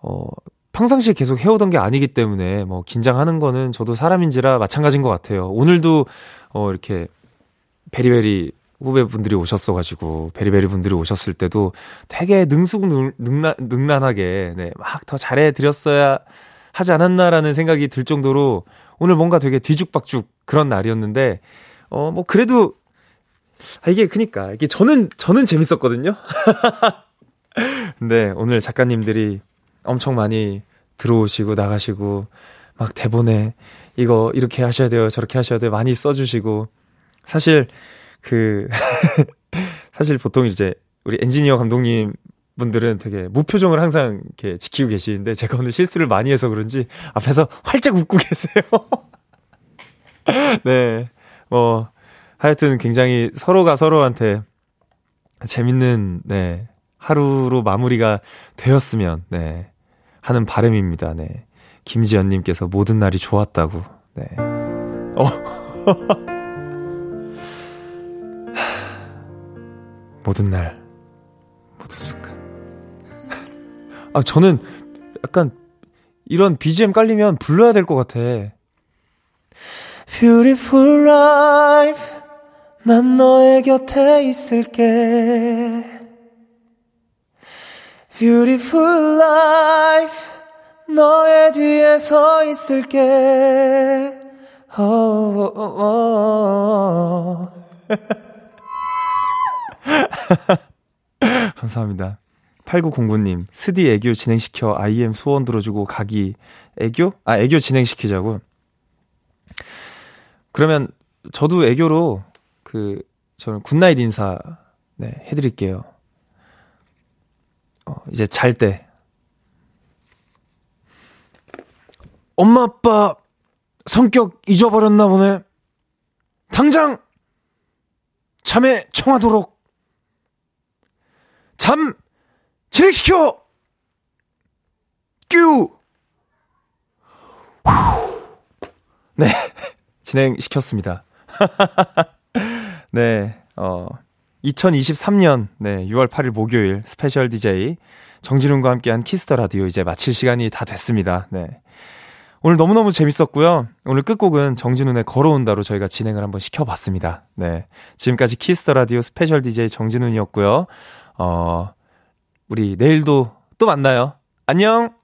S2: 어 평상시에 계속 해오던 게 아니기 때문에 뭐 긴장하는 거는 저도 사람인지라 마찬가지인 것 같아요. 오늘도 어 이렇게 베리베리 후배분들이 오셨어가지고 베리베리 분들이 오셨을 때도 되게 능숙 능- 능란, 능란하게 네, 막 더 잘해드렸어야 하지 않았나라는 생각이 들 정도로 오늘 뭔가 되게 뒤죽박죽 그런 날이었는데 어 뭐 그래도 아, 이게 그니까 이게 저는 저는 재밌었거든요. 근데 오늘 작가님들이 엄청 많이 들어오시고 나가시고 막 대본에 이거 이렇게 하셔야 돼요 저렇게 하셔야 돼요 많이 써주시고 사실 그 사실 보통 이제 우리 엔지니어 감독님 분들은 되게 무표정을 항상 이렇게 지키고 계시는데 제가 오늘 실수를 많이 해서 그런지 앞에서 활짝 웃고 계세요. 네. 뭐 하여튼 굉장히 서로가 서로한테 재밌는 네 하루로 마무리가 되었으면 네 하는 바람입니다. 네 김지연님께서 모든 날이 좋았다고. 네. 어. 모든 날, 모든 순간. 아 저는 약간 이런 BGM 깔리면 불러야 될 것 같아. Beautiful life. 난 너의 곁에 있을게. Beautiful life. 너의 뒤에 서 있을게. Oh, oh, oh, oh. 감사합니다. 8909님, 스디 애교 진행시켜 IM 소원 들어주고 가기. 애교? 아, 애교 진행시키자고. 그러면 저도 애교로 그 저는 굿나잇 인사 네, 해드릴게요. 어, 이제 잘 때. 엄마 아빠 성격 잊어버렸나 보네. 당장 잠에 청하도록 잠 진행시켜. 뀨. 네. 진행시켰습니다. 네, 어, 2023년, 네, 6월 8일 목요일 스페셜 DJ 정진훈과 함께한 키스터 라디오 이제 마칠 시간이 다 됐습니다. 네. 오늘 너무너무 재밌었고요. 오늘 끝곡은 정진훈의 걸어온다로 저희가 진행을 한번 시켜봤습니다. 네. 지금까지 키스터 라디오 스페셜 DJ 정진훈이었고요. 어, 우리 내일도 또 만나요. 안녕!